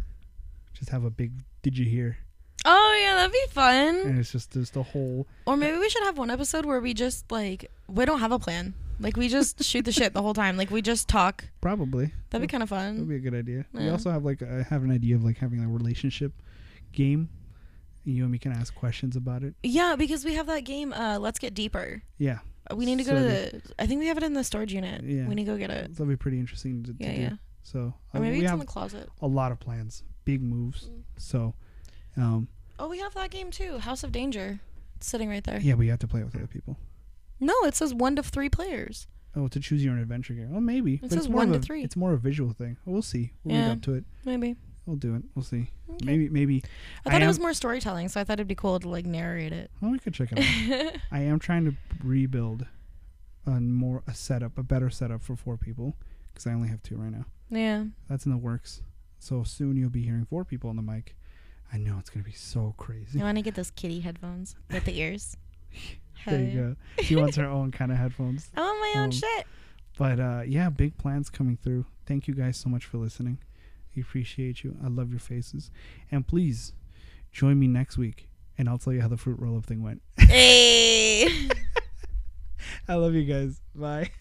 Speaker 1: Just have a big, did you hear?
Speaker 2: Oh yeah, that'd be fun.
Speaker 1: And it's just, just a whole,
Speaker 2: Or maybe we should have one episode where we just like we don't have a plan. Like we just shoot the shit the whole time. Like we just talk.
Speaker 1: probably.
Speaker 2: That'd be kind of
Speaker 1: That would
Speaker 2: fun.
Speaker 1: be a good idea. We
Speaker 2: Mm-hmm. Yeah.
Speaker 1: also have like, I have an idea of like having a relationship game. and You and me can ask questions about it.
Speaker 2: Yeah, because we have that game. Uh, let's get deeper.
Speaker 1: Yeah.
Speaker 2: We need to go
Speaker 1: So
Speaker 2: to the. I think we have it in the storage unit.
Speaker 1: Yeah.
Speaker 2: We need to go get it.
Speaker 1: That'd be pretty interesting to, to
Speaker 2: Yeah,
Speaker 1: do.
Speaker 2: yeah.
Speaker 1: So uh,
Speaker 2: Or maybe
Speaker 1: we
Speaker 2: it's
Speaker 1: have
Speaker 2: in the closet.
Speaker 1: a lot of plans, big moves.
Speaker 2: Mm.
Speaker 1: So, um,
Speaker 2: Oh, we have that game too. House of Danger. It's sitting right there.
Speaker 1: yeah, but you have to play with other people.
Speaker 2: No, it says one to three players.
Speaker 1: Oh, to choose your own adventure game. Oh, maybe. but
Speaker 2: says
Speaker 1: more
Speaker 2: one
Speaker 1: of
Speaker 2: to
Speaker 1: a-
Speaker 2: three.
Speaker 1: It's more a visual thing. We'll see. We'll
Speaker 2: Yeah.
Speaker 1: get up to it.
Speaker 2: Maybe.
Speaker 1: We'll do it. We'll see.
Speaker 2: Okay.
Speaker 1: Maybe, maybe.
Speaker 2: I thought
Speaker 1: am,
Speaker 2: it was more storytelling, so I thought it'd be cool to like narrate it.
Speaker 1: Well, oh, we could check it out. I am trying to rebuild a more a setup, a better setup for four people, because I only have two right now.
Speaker 2: yeah.
Speaker 1: That's in the works. So soon you'll be hearing four people on the mic. I know it's gonna be so crazy.
Speaker 2: I want to get those kitty headphones with the ears.
Speaker 1: There you go. She wants her own kind of headphones.
Speaker 2: I want Oh, my own
Speaker 1: Um,
Speaker 2: shit.
Speaker 1: But uh, yeah, big plans coming through. Thank you guys so much for listening. I appreciate you. I love your faces. And please join me next week and I'll tell you how the fruit roll up thing went.
Speaker 2: Hey.
Speaker 1: I love you guys. Bye.